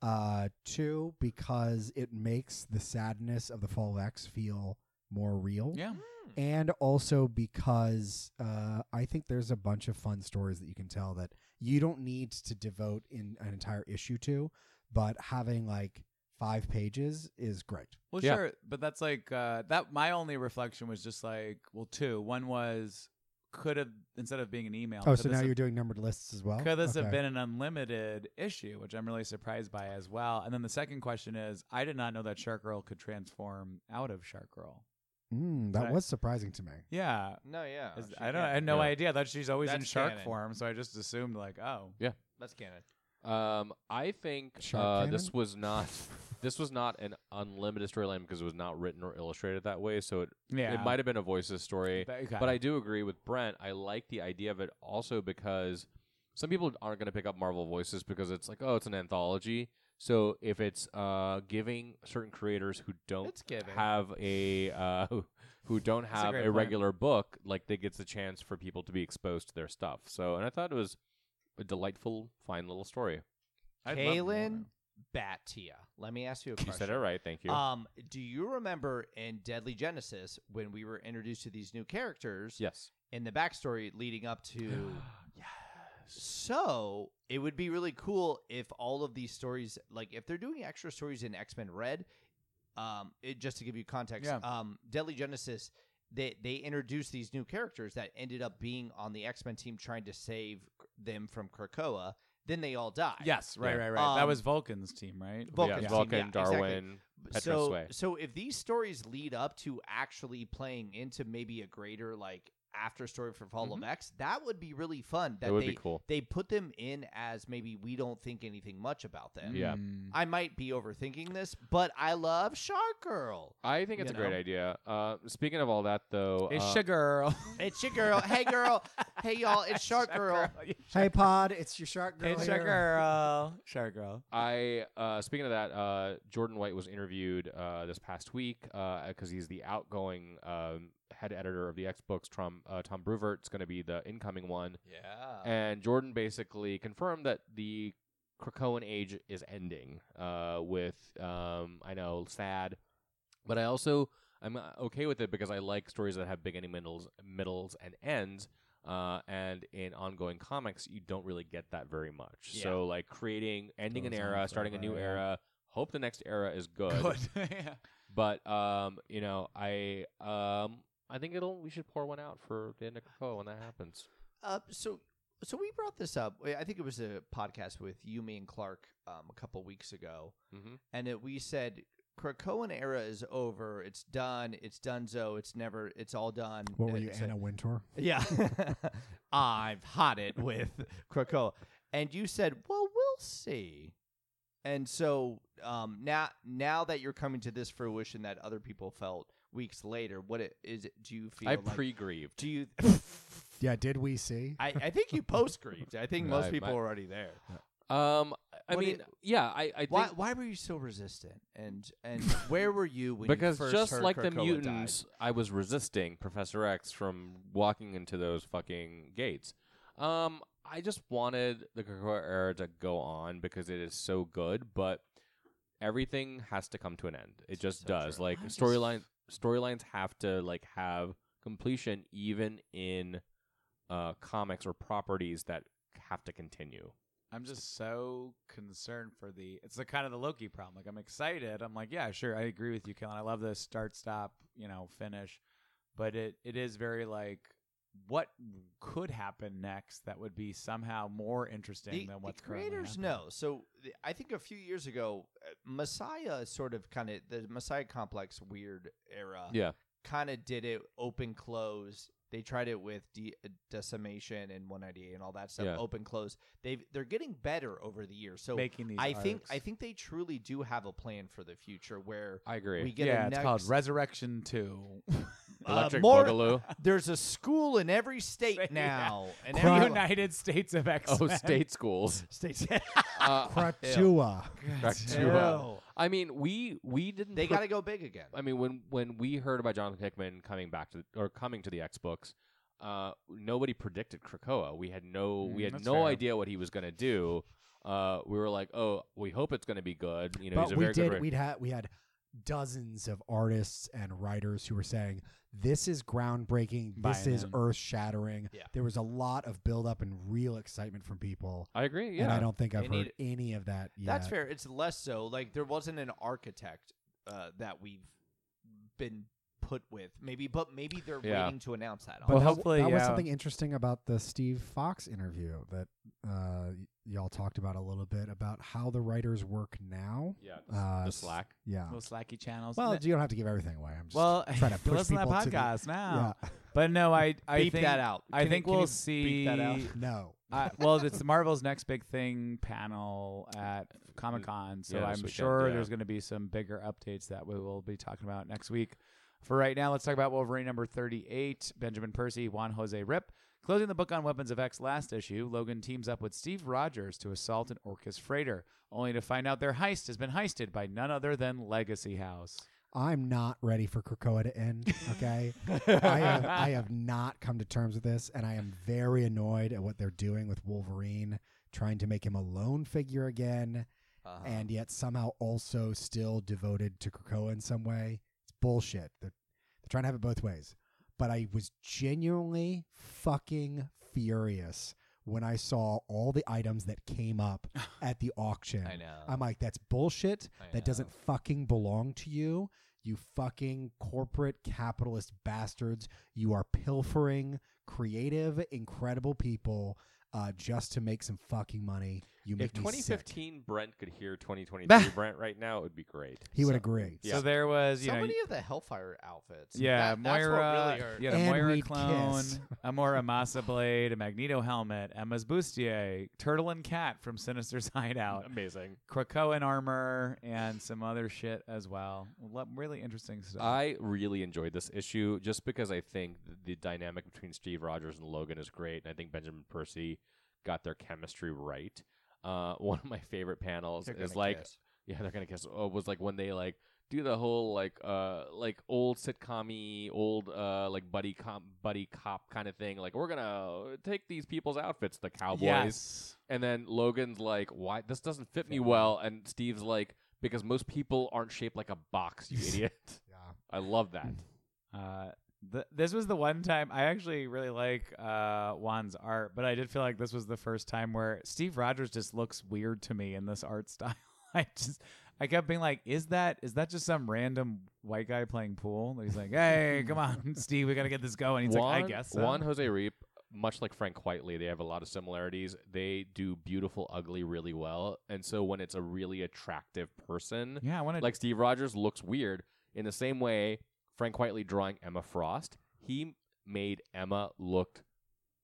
Speaker 3: uh two because it makes the sadness of the fall of x feel more real
Speaker 2: Yeah.
Speaker 4: Hmm.
Speaker 3: and also because uh i think there's a bunch of fun stories that you can tell that you don't need to devote in an entire issue to but having like five pages is great
Speaker 2: Well,
Speaker 5: Yeah.
Speaker 2: sure, but that's like uh, that. My only reflection was just like, well, two. One was could have instead of being an email.
Speaker 3: oh
Speaker 2: could
Speaker 3: so
Speaker 2: this
Speaker 3: now
Speaker 2: have-
Speaker 3: you're doing numbered lists as well
Speaker 2: Could this
Speaker 3: Oh, Okay.
Speaker 2: have been an unlimited issue, which I'm really surprised by as well? And then the second question is, I did not know that Shark Girl could transform out of Shark Girl.
Speaker 3: mm, that
Speaker 2: I-
Speaker 3: was surprising to me
Speaker 2: Yeah,
Speaker 4: No, yeah.
Speaker 2: Is-
Speaker 5: Oh,
Speaker 4: she
Speaker 2: I don't.
Speaker 4: can.
Speaker 2: I had no
Speaker 5: Yeah.
Speaker 2: idea that she's always in
Speaker 4: That's
Speaker 2: shark
Speaker 4: canon.
Speaker 2: form, so I just assumed like, oh,
Speaker 4: That's canon.
Speaker 5: Um, I think
Speaker 3: Shark
Speaker 5: uh,
Speaker 3: cannon?
Speaker 5: this
Speaker 4: (laughs)
Speaker 5: was not this was not an unlimited storyline because it was not written or illustrated that way. So it
Speaker 2: yeah,
Speaker 5: it might have been a voices story.
Speaker 2: But, okay.
Speaker 5: But I do agree with Brent. I like the idea of it also because some people aren't going to pick up Marvel Voices because it's like, oh, it's an anthology. So if it's uh, giving certain creators who don't
Speaker 4: It's giving.
Speaker 5: have a uh, (laughs) who, who don't
Speaker 2: a
Speaker 5: have
Speaker 2: great
Speaker 5: a,
Speaker 2: point.
Speaker 5: regular book, like they gets a chance for people to be exposed to their stuff. So and I thought it was a delightful, fine little story.
Speaker 2: I'd love
Speaker 4: Kalen
Speaker 2: more.
Speaker 4: Batia. Let me ask you a
Speaker 5: You
Speaker 4: question.
Speaker 5: said it right. Thank you.
Speaker 4: Um, do you remember in Deadly Genesis when we were introduced to these new characters
Speaker 5: yes.
Speaker 4: and the backstory leading up to? So it would be really cool if all of these stories, like if they're doing extra stories in X Men Red, um, it, just to give you context,
Speaker 2: Yeah.
Speaker 4: um, Deadly Genesis, they they introduced these new characters that ended up being on the X Men team trying to save them from Krakoa. Then they all die.
Speaker 2: Yes, right,
Speaker 5: Yeah.
Speaker 2: right, right. that
Speaker 4: Um,
Speaker 2: was Vulcan's team, right?
Speaker 4: Vulcan's
Speaker 5: yeah,
Speaker 4: team,
Speaker 5: Vulcan,
Speaker 4: yeah, exactly.
Speaker 5: Darwin, Petra
Speaker 4: so
Speaker 5: Sway.
Speaker 4: so if these stories lead up to actually playing into maybe a greater like after story for Fall of X, that would be really fun. That
Speaker 5: it Mm-hmm. would
Speaker 4: they
Speaker 5: be cool.
Speaker 4: they put them in as maybe we don't think anything much about them.
Speaker 5: Yeah.
Speaker 2: Mm.
Speaker 4: I might be overthinking this, but I love Shark Girl.
Speaker 5: I think it's a
Speaker 4: you
Speaker 5: great
Speaker 4: know?
Speaker 5: idea. Uh, speaking of all that, though,
Speaker 2: Hey,
Speaker 5: uh,
Speaker 2: Shark Girl. (laughs)
Speaker 4: It's your girl. hey
Speaker 5: (laughs)
Speaker 4: girl. Hey y'all. It's Shark
Speaker 2: Shark
Speaker 4: Girl.
Speaker 3: hey pod it's your shark girl
Speaker 2: It's Shark
Speaker 3: here.
Speaker 2: Girl. Shark Girl.
Speaker 5: I uh, speaking of that, uh, Jordan White was interviewed uh, this past week because he's the outgoing um, head editor of the X Books. Tom uh, Tom Bruvert's going to be the incoming one,
Speaker 4: Yeah.
Speaker 5: and Jordan basically confirmed that the Krakoan age is ending. Uh, with um, I know sad, but I also I'm uh, okay with it because I like stories that have beginning, middles, middles, and ends. Uh, and in ongoing comics, you don't really get that very much.
Speaker 4: Yeah.
Speaker 5: So, like creating, ending an
Speaker 2: Goes on
Speaker 5: era, starting a
Speaker 2: forever,
Speaker 5: new
Speaker 2: yeah.
Speaker 5: era. Hope the next era is good.
Speaker 2: Good. yeah.
Speaker 5: (laughs) But um, you know, I um, I think it'll we should pour one out for Dan Nicola when that happens.
Speaker 4: Uh, so, so we brought this up. I I think it was a podcast with you, me, and Clark um, a couple weeks ago,
Speaker 5: Mhm.
Speaker 4: and it, we said Krakoan era is over. It's done. It's donezo. It's never. It's all done.
Speaker 3: What were you,
Speaker 4: It's a-
Speaker 2: (laughs)
Speaker 3: Anna Wintour?
Speaker 4: Yeah, (laughs) I've had it with Krakoa, and you said, "Well, we'll see." And so um, now, now that you're coming to this fruition that other people felt weeks later, what it, is it? Do you feel?
Speaker 5: I
Speaker 4: like,
Speaker 5: pre grieved.
Speaker 4: Do you?
Speaker 3: Yeah, did we see?
Speaker 4: I, I think you post grieved. I
Speaker 5: (laughs)
Speaker 4: think most
Speaker 5: Right,
Speaker 4: people
Speaker 5: my-
Speaker 4: are already there.
Speaker 5: Um, I
Speaker 4: What do you-
Speaker 5: mean, yeah, I, I think
Speaker 4: Why? Why were you so resistant? And and where were you when
Speaker 5: (laughs) because
Speaker 4: you first
Speaker 5: just
Speaker 4: heard
Speaker 5: like the
Speaker 4: Krakoa died?
Speaker 5: mutants, I was resisting Professor X from walking into those fucking gates. Um, I just wanted the Krakoa era to go on because it is so good, but everything has to come to an end. It just
Speaker 4: So
Speaker 5: does.
Speaker 4: true.
Speaker 5: Like
Speaker 4: I'm just-
Speaker 5: storyline storylines have to like have completion even in uh comics or properties that have to continue.
Speaker 2: I'm just so concerned for the. It's the kind of the Loki problem. Like I'm excited. I'm like, yeah, sure. I agree with you, Kellen. I love this start, stop, you know, finish. But it it is very like what could happen next that would be somehow more interesting
Speaker 4: the,
Speaker 2: than
Speaker 4: the
Speaker 2: what's currently
Speaker 4: creators
Speaker 2: happening.
Speaker 4: know. So th- I think a few years ago, uh, Messiah sort of kind of the Messiah complex weird era
Speaker 5: Yeah.
Speaker 4: kind of did it open close. They tried it with de- uh, decimation and 198 and all that stuff.
Speaker 5: Yeah.
Speaker 4: Open close. They have they're getting better over the years. So
Speaker 2: making these.
Speaker 4: I think
Speaker 2: arcs.
Speaker 4: I think they truly do have a plan for the future where
Speaker 5: I agree.
Speaker 4: we get
Speaker 2: yeah,
Speaker 4: a
Speaker 2: it's
Speaker 4: next,
Speaker 2: called Resurrection Two. (laughs)
Speaker 4: uh,
Speaker 5: Electric
Speaker 4: more- (laughs)
Speaker 5: Boogaloo.
Speaker 4: There's a school in every state
Speaker 2: Yeah. (laughs)
Speaker 4: now. And
Speaker 2: The
Speaker 4: every
Speaker 2: United States of X. (laughs)
Speaker 5: oh, state schools.
Speaker 4: (laughs) state.
Speaker 3: (laughs)
Speaker 5: Uh,
Speaker 3: Kratua.
Speaker 5: Kratua. I mean, we we didn't.
Speaker 4: They
Speaker 5: pre-
Speaker 4: got to go big again.
Speaker 5: I mean, when when we heard about Jonathan Hickman coming back to or coming to the X books, uh, nobody predicted Krakoa. We had no we
Speaker 2: Mm,
Speaker 5: had
Speaker 2: that's
Speaker 5: no
Speaker 2: fair.
Speaker 5: idea what he was going to do. Uh, we were like, oh, we hope it's going to be good. You know, he's
Speaker 3: but
Speaker 5: a
Speaker 3: we
Speaker 5: very
Speaker 3: did.
Speaker 5: good.
Speaker 3: We'd had we had dozens of artists and writers who were saying this is groundbreaking. This
Speaker 2: Buying
Speaker 3: is
Speaker 2: in.
Speaker 3: earth shattering.
Speaker 4: Yeah.
Speaker 3: There was a lot of build up and real excitement from people,
Speaker 5: I agree. Yeah,
Speaker 3: and I don't think I've
Speaker 4: They
Speaker 3: heard any of that yet.
Speaker 4: That's fair. It's less so. Like there wasn't an architect uh, that we've been put with. Maybe, but maybe they're
Speaker 5: Yeah.
Speaker 4: waiting to announce that.
Speaker 3: But
Speaker 2: Well,
Speaker 3: that,
Speaker 2: hopefully,
Speaker 3: that was
Speaker 2: yeah.
Speaker 3: something interesting about the Steve Fox interview that uh, y- y'all talked about a little bit about how the writers work now.
Speaker 5: yeah.
Speaker 3: Uh,
Speaker 5: the
Speaker 3: s-
Speaker 5: slack.
Speaker 3: Yeah.
Speaker 2: Little slacky channels.
Speaker 3: Well,
Speaker 2: No-
Speaker 3: you don't have to give everything away. I'm just
Speaker 2: well, (laughs)
Speaker 3: trying to push
Speaker 2: listen to that
Speaker 3: people to the-
Speaker 2: podcast
Speaker 3: yeah.
Speaker 2: now. But no, I I
Speaker 4: beep
Speaker 2: think
Speaker 4: that out.
Speaker 2: I
Speaker 4: Can you-
Speaker 2: think
Speaker 4: can
Speaker 2: we'll
Speaker 4: you
Speaker 2: see.
Speaker 4: beep that out?
Speaker 3: E. No.
Speaker 2: I, well, it's the Marvel's next big thing panel at Comic Con, so
Speaker 5: Yeah, this
Speaker 2: I'm
Speaker 5: weekend,
Speaker 2: sure
Speaker 5: yeah.
Speaker 2: there's going to be some bigger updates that we will be talking about next week. For right now, let's talk about Wolverine number 38, Benjamin Percy, Juan Jose Rip. Closing the book on Weapons of X last issue, Logan teams up with Steve Rogers to assault an Orcus freighter, only to find out their heist has been heisted by none other than Legacy House.
Speaker 3: I'm not ready for Krakoa to end.
Speaker 4: (laughs)
Speaker 3: Okay, (laughs) I, uh, have,
Speaker 5: (laughs)
Speaker 3: I have not come to terms with this, and I am very annoyed at what they're doing with Wolverine, trying to make him a lone figure again,
Speaker 4: Uh-huh.
Speaker 3: and yet somehow also still devoted to Krakoa in some way. It's bullshit. They're, they're trying to have it both ways. But I was genuinely fucking furious when I saw all the items that
Speaker 4: (sighs)
Speaker 3: came up at the auction.
Speaker 4: Uh-huh. I know.
Speaker 3: um, I'm like, that's bullshit.
Speaker 4: I
Speaker 3: That doesn't fucking belong to you. You fucking corporate capitalist bastards. You are pilfering creative, incredible people uh, just to make some fucking money. You make
Speaker 5: If
Speaker 3: me sick.
Speaker 5: 2015 Brent could hear 2023 Brent right now, it would be great.
Speaker 3: He would
Speaker 4: So-
Speaker 3: agree.
Speaker 5: Yeah.
Speaker 2: So there was, you
Speaker 4: so
Speaker 2: know,
Speaker 4: many of the Hellfire outfits.
Speaker 2: Yeah,
Speaker 4: That- that's what
Speaker 2: Moira.
Speaker 4: really hurt.
Speaker 2: yeah, the
Speaker 3: And
Speaker 2: Moira
Speaker 3: we'd
Speaker 2: clone,
Speaker 3: kiss.
Speaker 2: (laughs) a more Amasa blade, a Magneto helmet, Emma's bustier, Turtle and Cat from (laughs) Sinister's Hideout,
Speaker 5: Amazing.
Speaker 2: Krakoan armor, and some other shit as well. Lo- really interesting stuff.
Speaker 5: I really enjoyed this issue just because I think th- the dynamic between Steve Rogers and Logan is great, and I think Benjamin Percy got their chemistry right. Uh, (laughs) one of my favorite panels
Speaker 4: They're
Speaker 5: is
Speaker 4: gonna
Speaker 5: like,
Speaker 4: kiss.
Speaker 5: yeah, they're gonna kiss. Oh, was like when they like do the whole like uh like old sitcom old uh like buddy cop buddy cop kind of thing. Like we're gonna take these people's outfits, the cowboys,
Speaker 2: yes.
Speaker 5: and then Logan's like, "Why this doesn't fit me well?" And Steve's like, "Because most people aren't shaped like a
Speaker 2: (laughs)
Speaker 5: box, you idiot."
Speaker 3: Yeah.
Speaker 5: I love that.
Speaker 2: Uh, th- this was the one time I actually really like uh, Juan's art, but I did feel like (laughs) this was the first time where Steve Rogers just looks weird to me in this art style. I just I kept being like, "Is that is that just some random white guy playing pool?" And he's
Speaker 4: (laughs)
Speaker 2: like, "Hey, come on, (laughs) Steve, we gotta get this going." He's
Speaker 5: Juan,
Speaker 2: like, "I guess so."
Speaker 5: Juan Jose Reap, much like Frank Whiteley, they have a lot of similarities. They do beautiful, ugly really well, and so when it's a really attractive person,
Speaker 2: yeah, I want to
Speaker 5: like Steve Rogers looks weird. In the same way, Frank Whiteley drawing Emma Frost, he made Emma look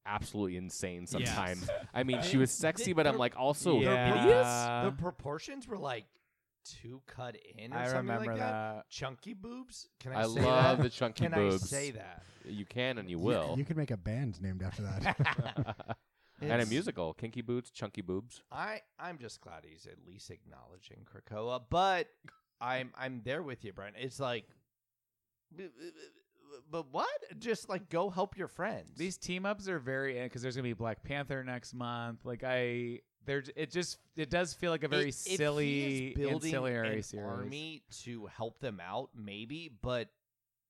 Speaker 5: absolutely insane sometimes. I mean,
Speaker 2: (laughs)
Speaker 5: she was sexy, but I'm like also
Speaker 2: yeah.
Speaker 5: hideous.
Speaker 4: the proportions were like two cut in or
Speaker 2: I
Speaker 4: something
Speaker 2: remember
Speaker 4: like that.
Speaker 2: that.
Speaker 4: Chunky boobs? Can I,
Speaker 5: I
Speaker 4: say
Speaker 5: love
Speaker 4: that?
Speaker 5: the chunky
Speaker 4: Can
Speaker 5: boobs.
Speaker 4: I say that?
Speaker 5: You
Speaker 3: (laughs)
Speaker 5: can and you
Speaker 3: You-
Speaker 5: will.
Speaker 3: You, could make a band named after that.
Speaker 5: (laughs) and a
Speaker 4: It's-
Speaker 5: musical, Kinky Boots, Chunky Boobs.
Speaker 4: I I'm just glad he's at least acknowledging Krakoa, but I'm I'm there with you, Brian. It's like, b- b- b- but what? Just like go help your friends.
Speaker 2: These team ups are very because there's gonna be Black Panther next month. Like I, there's it just it does feel like a
Speaker 4: It-
Speaker 2: very
Speaker 4: if he is
Speaker 2: silly
Speaker 4: building
Speaker 2: ancillary
Speaker 4: an
Speaker 2: series.
Speaker 4: army to help them out, maybe. But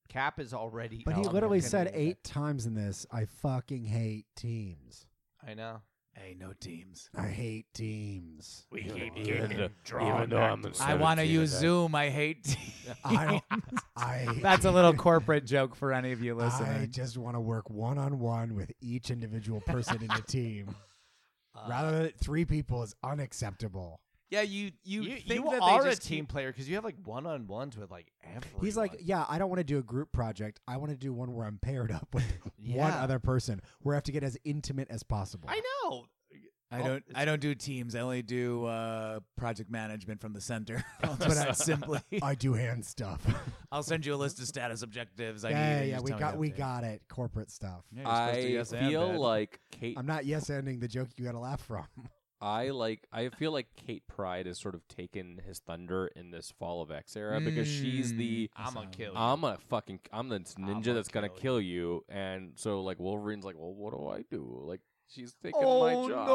Speaker 4: Cap is already.
Speaker 3: but he
Speaker 4: out.
Speaker 3: literally
Speaker 4: Gonna
Speaker 3: said
Speaker 4: need
Speaker 3: eight times in this, I fucking hate teams.
Speaker 4: that. I know.
Speaker 2: Hey, no teams.
Speaker 3: I hate teams.
Speaker 1: We keep
Speaker 5: Even
Speaker 1: getting
Speaker 5: though-
Speaker 1: drawn
Speaker 5: even though
Speaker 1: back
Speaker 5: I'm
Speaker 1: to
Speaker 5: a
Speaker 1: it.
Speaker 2: I want to use Zoom. I hate (laughs) teams.
Speaker 3: I don't. I.
Speaker 2: (laughs) That's a little corporate joke for any of you
Speaker 3: I
Speaker 2: listening.
Speaker 3: just want to work one on one with each individual person in the team.
Speaker 4: Uh,
Speaker 3: Rather than three people is unacceptable.
Speaker 2: yeah, you you,
Speaker 4: you,
Speaker 2: think
Speaker 4: you
Speaker 2: that
Speaker 4: are
Speaker 2: they
Speaker 4: a
Speaker 2: just
Speaker 4: team
Speaker 2: keep-
Speaker 4: player because you have like one on ones with like everyone.
Speaker 3: He's like, yeah, I don't want to do a group project. I want to do one where I'm paired up with one
Speaker 4: Yeah.
Speaker 3: other person, where I have to get as intimate as possible.
Speaker 4: I know.
Speaker 2: I
Speaker 4: Oh,
Speaker 2: don't.
Speaker 4: it's-
Speaker 2: I don't do teams. I only do uh, project management from the (laughs) center. I'll
Speaker 3: But
Speaker 2: just
Speaker 3: I-
Speaker 2: simply. (laughs)
Speaker 3: I do hand stuff.
Speaker 2: I'll send you a list of status objectives. I need
Speaker 3: (laughs) yeah,
Speaker 2: and
Speaker 3: yeah,
Speaker 2: just
Speaker 3: we
Speaker 2: tell me
Speaker 3: got
Speaker 2: the
Speaker 3: we
Speaker 2: updates.
Speaker 3: got it. Corporate stuff.
Speaker 2: Yeah, you're supposed to
Speaker 5: I
Speaker 2: yes and
Speaker 5: feel
Speaker 2: it.
Speaker 5: like Kate.
Speaker 3: I'm not yes ending the joke you got to laugh from. (laughs)
Speaker 5: I like. I feel like Kate Pride has sort of taken his thunder in this Fall of X era uh, because she's the.
Speaker 2: Hmm.
Speaker 4: I'm gonna
Speaker 2: Mm.
Speaker 4: kill you.
Speaker 5: I'm a fucking. I'm the ninja
Speaker 4: gonna
Speaker 5: that's gonna
Speaker 4: kill you.
Speaker 5: kill you. And so like Wolverine's like, well, what do I do? Like she's taking
Speaker 4: Oh,
Speaker 5: my job.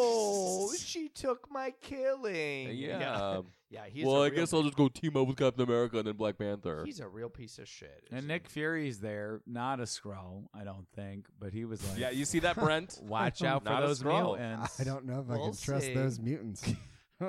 Speaker 4: no! She took my killing.
Speaker 5: Yeah.
Speaker 4: (laughs) yeah. He's
Speaker 5: well,
Speaker 4: a
Speaker 5: I
Speaker 4: real,
Speaker 5: guess I'll just go team up with Captain America and then Black Panther.
Speaker 4: He's a real piece of shit.
Speaker 2: And
Speaker 4: isn't
Speaker 2: Nick
Speaker 4: he?
Speaker 2: Fury's there, not a scroll, I don't think, but he was like,
Speaker 5: yeah, you see that, Brent?
Speaker 2: (laughs) watch out for
Speaker 5: Not a
Speaker 2: those
Speaker 5: Skrull.
Speaker 2: mutants.
Speaker 3: I don't know if I
Speaker 4: We'll
Speaker 3: can trust
Speaker 4: see.
Speaker 3: those mutants. (laughs)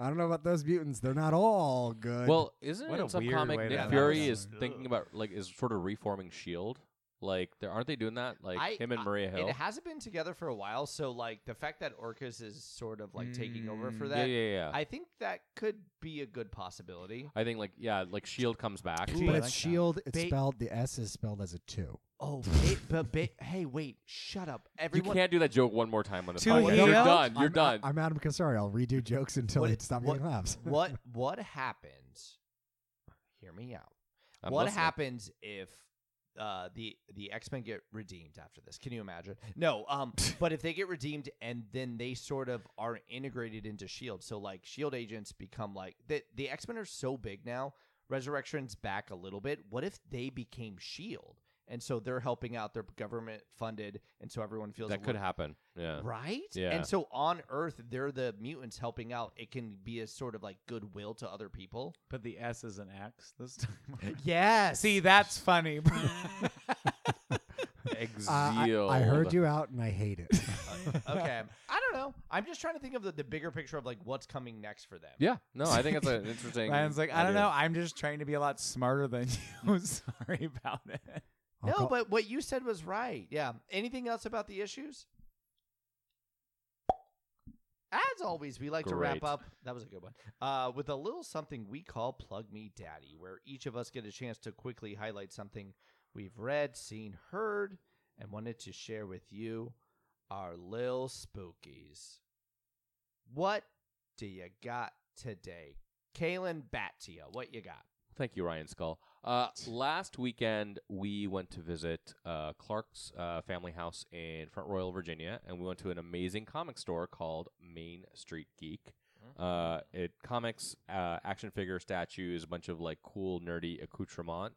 Speaker 3: I don't know about those mutants. They're not all good.
Speaker 5: Well, isn't
Speaker 2: What
Speaker 5: it
Speaker 2: a
Speaker 5: in some
Speaker 2: weird
Speaker 5: comic
Speaker 2: way to
Speaker 5: Nick
Speaker 4: have
Speaker 5: Fury
Speaker 4: that
Speaker 5: is
Speaker 4: done.
Speaker 5: thinking about like is sort of reforming Shield? E Like, there, aren't they doing that? Like
Speaker 4: I-
Speaker 5: him and
Speaker 4: I-
Speaker 5: Maria Hill.
Speaker 4: It hasn't been together for a while, so like the fact that Orcus is sort of like taking over for
Speaker 2: Mm,
Speaker 5: yeah,
Speaker 4: that,
Speaker 5: yeah, yeah. I,
Speaker 4: I think that could be a good possibility.
Speaker 5: think like yeah, like Shield E comes back.
Speaker 2: Ooh,
Speaker 3: but
Speaker 2: I like
Speaker 3: it's
Speaker 2: that.
Speaker 3: shield. It's
Speaker 4: Ba-
Speaker 3: spelled. The S is spelled as a two.
Speaker 4: Oh, ba- but ba- hey, wait, shut up,
Speaker 5: You
Speaker 4: everyone.
Speaker 5: can't do that joke one more time on this
Speaker 2: Two
Speaker 5: podcast. You're
Speaker 2: heels?
Speaker 5: done. You're
Speaker 3: I'm,
Speaker 5: done.
Speaker 3: I'm Adam Kasari. I'll redo jokes until
Speaker 4: What-
Speaker 3: it stops
Speaker 4: what-
Speaker 3: getting laughs.
Speaker 5: (laughs)
Speaker 4: what what happens? Hear me out.
Speaker 5: I'm
Speaker 4: what
Speaker 5: listening.
Speaker 4: happens if uh, the the X Men get redeemed after this? Can you imagine? No,
Speaker 5: (laughs)
Speaker 4: um, but if they get redeemed and then they sort of are integrated into Shield, E so like Shield agents become like the the X Men are so big now. Resurrection's back a little bit. What if they became Shield E and so they're helping out? They're government funded, and so everyone feels
Speaker 5: That
Speaker 4: a
Speaker 5: could
Speaker 4: little-
Speaker 5: happen. Yeah.
Speaker 4: Right?
Speaker 5: Yeah.
Speaker 4: And so on Earth, they're the mutants helping out. It can be a sort of like goodwill to other
Speaker 5: (clears throat)
Speaker 4: people.
Speaker 2: But the S is an X
Speaker 4: (laughs)
Speaker 2: this (laughs) time.
Speaker 4: Yes.
Speaker 2: See, that's funny.
Speaker 3: Uh, I,
Speaker 5: Exiled.
Speaker 3: I heard you out, and I hate it.
Speaker 4: (laughs) okay. I don't know. I'm just trying to think of the, the bigger picture of like what's coming next for them.
Speaker 5: Yeah. No, I think
Speaker 4: (laughs)
Speaker 5: it's an interesting.
Speaker 2: Ryan's like, I don't
Speaker 5: idea.
Speaker 2: know. I'm just trying to be a lot smarter than you. (laughs) Sorry about it.
Speaker 3: I'll
Speaker 4: No,
Speaker 3: call-
Speaker 4: but what you said was right. Yeah. Anything else about the issues? As always, we like to wrap
Speaker 5: Great.
Speaker 4: up. That was a good one. Uh, with a little something we call Plug Me Daddy, where each of us get a chance to quickly highlight something we've read, seen, heard, and wanted to share with you, our Lil Spookies. What do you got today? Kalen Batia, what you got?
Speaker 5: Thank you, Ryan Skull. Uh, last weekend, we went to visit uh, Clark's uh, family house in Front Royal, Virginia, and we went to an amazing comic store called Main Street Geek. Uh, it comics, uh, action figure statues, a bunch of like cool nerdy accoutrement.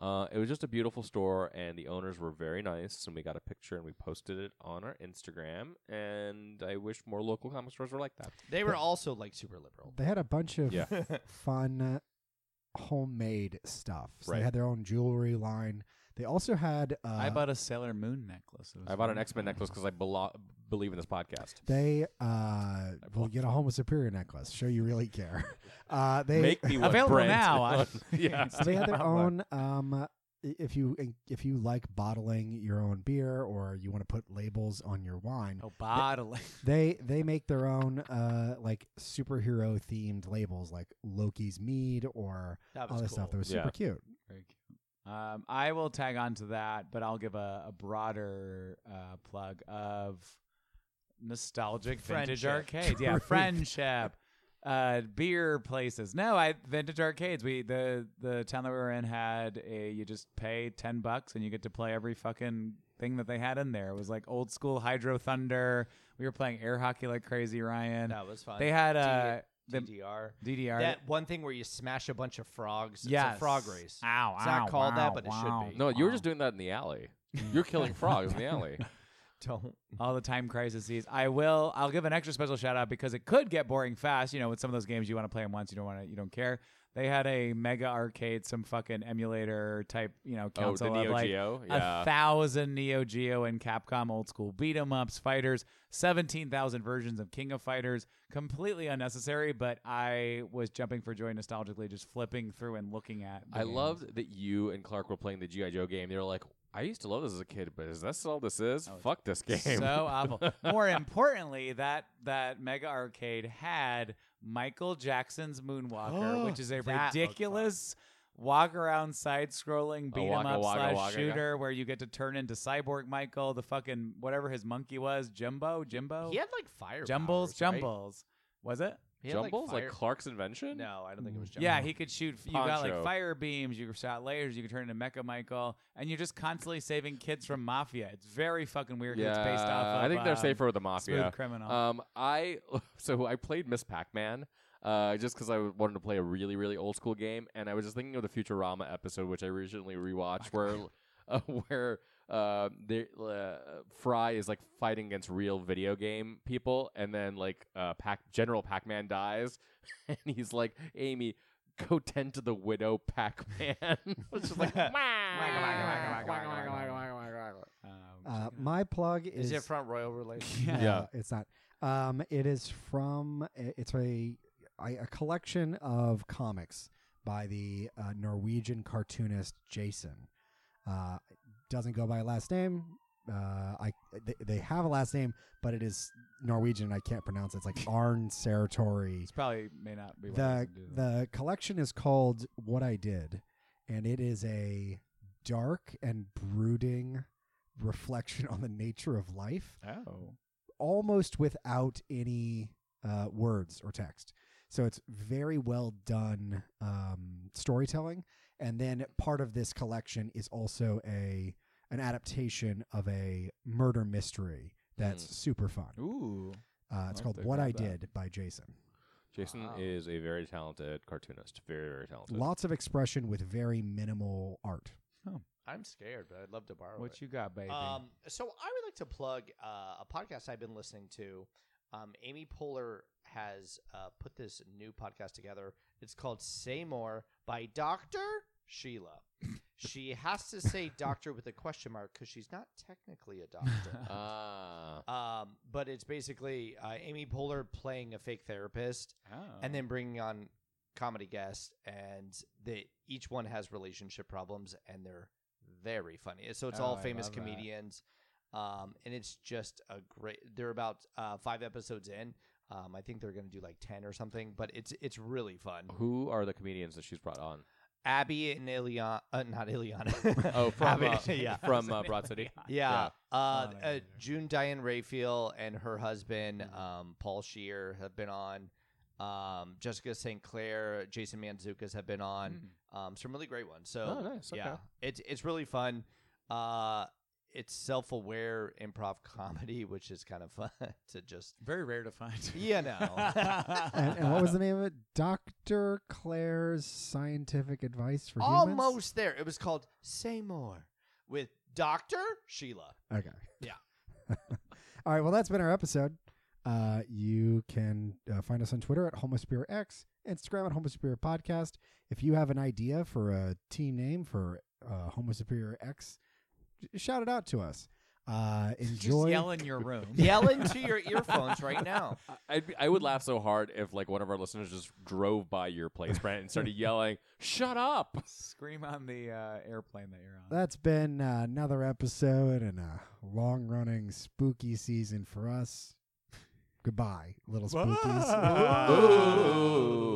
Speaker 5: Uh, it was just a beautiful store, and the owners were very nice. And we got a picture, and we posted it on our Instagram. And I wish more local comic stores were like that.
Speaker 4: They were also like super liberal.
Speaker 3: they had a bunch of
Speaker 5: Yeah.
Speaker 3: fun homemade stuff. So
Speaker 5: Right.
Speaker 3: They had their own jewelry line. They also had uh,
Speaker 2: I bought a Sailor Moon necklace. It was
Speaker 5: I bought an
Speaker 2: really
Speaker 5: X Men
Speaker 2: cool.
Speaker 5: necklace because I belo- believe in this podcast.
Speaker 3: They uh, will get a Homo Superior necklace. Show you really care. Uh, they
Speaker 5: Make me one,
Speaker 2: Available
Speaker 5: Brent.
Speaker 2: now (laughs) on-
Speaker 5: (laughs) yeah.
Speaker 3: so they had their
Speaker 2: Wow, wow.
Speaker 3: own. Um, i- if you if you like bottling your own beer or you want to put labels on your wine,
Speaker 2: Oh, bottling.
Speaker 3: they they make their own uh, like superhero themed labels like Loki's mead or
Speaker 4: That
Speaker 3: all
Speaker 4: was
Speaker 3: this
Speaker 4: cool.
Speaker 3: stuff that was super
Speaker 5: Yeah.
Speaker 3: cute.
Speaker 2: Very cute. Um, I will tag on to that, but I'll give a, a broader uh, plug of nostalgic vintage
Speaker 4: Friendship. (laughs)
Speaker 2: arcades. Yeah, friendship. Uh, beer places. No, I vintage arcades. We the the town that we were in had a you just pay ten bucks and you get to play every fucking thing that they had in there. It was like old school Hydro Thunder. We were playing air hockey like crazy, Ryan. (laughs)
Speaker 4: That was fun.
Speaker 2: They had uh,
Speaker 4: D-
Speaker 2: the
Speaker 4: DDR.
Speaker 2: DDR.
Speaker 4: That one thing where you smash a bunch of frogs.
Speaker 2: Yes.
Speaker 4: It's a frog race.
Speaker 2: Ow,
Speaker 4: It's not
Speaker 2: ow,
Speaker 4: called that,
Speaker 2: wow,
Speaker 4: but it should
Speaker 2: wow.
Speaker 4: be.
Speaker 5: No, you were just doing that in the alley. You're killing
Speaker 2: (laughs)
Speaker 5: frogs in the alley.
Speaker 4: Don't.
Speaker 2: all the time crises. I will. I'll give an extra special shout out because it could get boring fast. You know, with some of those games, you want to play them once, you don't want to, you don't care. They had a mega arcade, some fucking emulator type, you know,
Speaker 5: Oh,
Speaker 2: console
Speaker 5: the
Speaker 2: of
Speaker 5: Neo
Speaker 2: like
Speaker 5: Geo.
Speaker 2: a
Speaker 5: Yeah.
Speaker 2: thousand Neo Geo and Capcom old school beat 'em ups, fighters, seventeen thousand versions of King of Fighters, completely unnecessary. But I was jumping for joy nostalgically, just flipping through and looking at. the
Speaker 5: I
Speaker 2: games.
Speaker 5: loved that you and Clark were playing the GI Joe game. They were like, "I used to love this as a kid, but is this all this is? Fuck
Speaker 2: (laughs)
Speaker 5: this game."
Speaker 2: Oh,
Speaker 5: (laughs)
Speaker 2: So awful. More importantly, that that mega arcade had Michael Jackson's
Speaker 5: (gasps)
Speaker 2: Moonwalker, which is a
Speaker 4: That looked
Speaker 2: ridiculous walk around side scrolling beat 'em
Speaker 5: waka
Speaker 2: up
Speaker 5: waka
Speaker 2: slash
Speaker 5: waka, yeah.
Speaker 2: shooter where you get to turn into cyborg Michael, the fucking whatever his monkey was, Jumbo, Jimbo,
Speaker 4: He had like fire.
Speaker 2: Jumbles,
Speaker 4: powers, right?
Speaker 2: Jumbles. Was it?
Speaker 4: He had,
Speaker 5: Jumbles like,
Speaker 4: fire-
Speaker 5: Clark's invention.
Speaker 4: no, I don't think it was Jumbles.
Speaker 2: Yeah, he could shoot. You got like
Speaker 5: Poncho.
Speaker 2: fire beams. You shot lasers. You could turn into Mecha Michael, and you're just constantly saving kids from mafia. It's very fucking weird. 'cause
Speaker 5: Yeah,
Speaker 2: it's based off. Of,
Speaker 5: I think they're
Speaker 2: um,
Speaker 5: safer with the
Speaker 2: Smooth
Speaker 5: mafia.
Speaker 2: criminal.
Speaker 5: Um, I (laughs) so I played Miss Pac-Man, uh, just because I wanted to play a really really old school game, and I was just thinking of the Futurama episode, which I recently rewatched, where (laughs) uh, where uh, the uh, Fry is like fighting against real video game people, and then like uh, Pac General Pac-Man dies, (laughs) and he's like Amy. Go tend to the widow Pac-Man. (laughs) It's just like, Ah,
Speaker 2: Um,
Speaker 3: Uh, my plug
Speaker 4: Is
Speaker 3: is,
Speaker 4: it
Speaker 3: (laughs)
Speaker 4: front royal related?
Speaker 2: (laughs) Yeah.
Speaker 5: Yeah.
Speaker 3: it's not. Um, it is from i- it's a I- a collection of comics by the uh, Norwegian cartoonist Jason. Uh, doesn't go by last name. Uh, I they, they have a last name, but it is Norwegian. I can't pronounce
Speaker 4: (laughs)
Speaker 3: it. It's like Arn Sertori.
Speaker 2: It's probably may not be
Speaker 3: the the collection is called What I Did, and it is a dark and brooding reflection (laughs) on the nature of life
Speaker 2: oh
Speaker 3: almost without any uh, words or text. So it's very well done um, storytelling. And then part of this collection is also a an adaptation of a murder mystery that's
Speaker 5: Mm.
Speaker 3: super fun.
Speaker 2: Hmm. ooh
Speaker 3: Uh, it's
Speaker 2: I'll
Speaker 3: called
Speaker 2: have to
Speaker 3: What
Speaker 2: grab
Speaker 3: I
Speaker 2: that.
Speaker 3: Did by Jason.
Speaker 5: Jason
Speaker 4: Wow.
Speaker 5: is a very talented cartoonist. Very very talented.
Speaker 3: Lots of expression with very minimal art.
Speaker 4: I'm scared, but I'd love to borrow it.
Speaker 2: what you got baby (laughs)
Speaker 4: Um, so I would like to plug uh, a podcast I've been listening to. Um, Amy Poehler has uh, put this new podcast together. It's called Say More by Dr. Sheila. she has to say doctor with a question mark because she's not technically a doctor.
Speaker 2: Oh.
Speaker 5: Ah.
Speaker 4: um, but it's basically uh, Amy Poehler playing a fake therapist
Speaker 2: Uh-huh.
Speaker 4: and then bringing on comedy guests and they each one has relationship problems and they're very funny so it's
Speaker 2: Oh,
Speaker 4: all
Speaker 2: I
Speaker 4: famous
Speaker 2: love that.
Speaker 4: comedians um, and it's just a great they're about uh, five episodes in um, i think they're going to do like 10 or something but it's it's really fun
Speaker 5: Who are the comedians that she's brought on?
Speaker 4: abby and Ileana, uh, not
Speaker 2: (laughs)
Speaker 4: Ileana.
Speaker 5: Oh, from
Speaker 4: Abby,
Speaker 5: uh, (laughs)
Speaker 4: yeah
Speaker 5: from uh, Broad (laughs) City.
Speaker 4: yeah, Uh,
Speaker 2: Oh, I
Speaker 4: uh,
Speaker 2: get it.
Speaker 4: June Diane Raphael and her husband
Speaker 3: Mm-hmm.
Speaker 2: Mhm.
Speaker 4: um, Paul Shear have been on. Um, Jessica St. Clair, Jason Manzukas have been on.
Speaker 3: Mm.
Speaker 4: Um, some really great ones. So
Speaker 5: Oh, nice, okay.
Speaker 4: yeah, it's it's really fun. Uh, it's self aware improv (laughs) comedy, which is kind of fun (laughs) to just
Speaker 2: very rare to (laughs) find
Speaker 4: (laughs) you know.
Speaker 2: (laughs)
Speaker 3: And, and what was the name of it? Dr. Claire's Scientific
Speaker 4: (laughs)
Speaker 3: Advice (laughs) for Humans?
Speaker 4: Almost there. It was called Say More with Doctor Sheila.
Speaker 3: Okay.
Speaker 4: Yeah.
Speaker 3: (laughs) All right. Well, that's been our episode. Uh, you can uh, find us on Twitter at HomoSpear X, Instagram at HomoSpear Podcast. If you have an idea for a team name for uh, Homo Superior X, j- shout it out to us. Uh,
Speaker 2: Just
Speaker 3: enjoy.
Speaker 2: yell in your room.
Speaker 4: Yell into your earphones right now.
Speaker 5: I- I'd be, I would laugh so hard if like one of our listeners just drove by your place, Brent, and (laughs) started yelling, "Shut (laughs) up!"
Speaker 2: Scream on the uh, airplane that you're on.
Speaker 3: That's been uh, another episode and a long running spooky
Speaker 5: (laughs)
Speaker 3: season for us. Goodbye, little spookies.
Speaker 2: Ooh.
Speaker 5: Oh.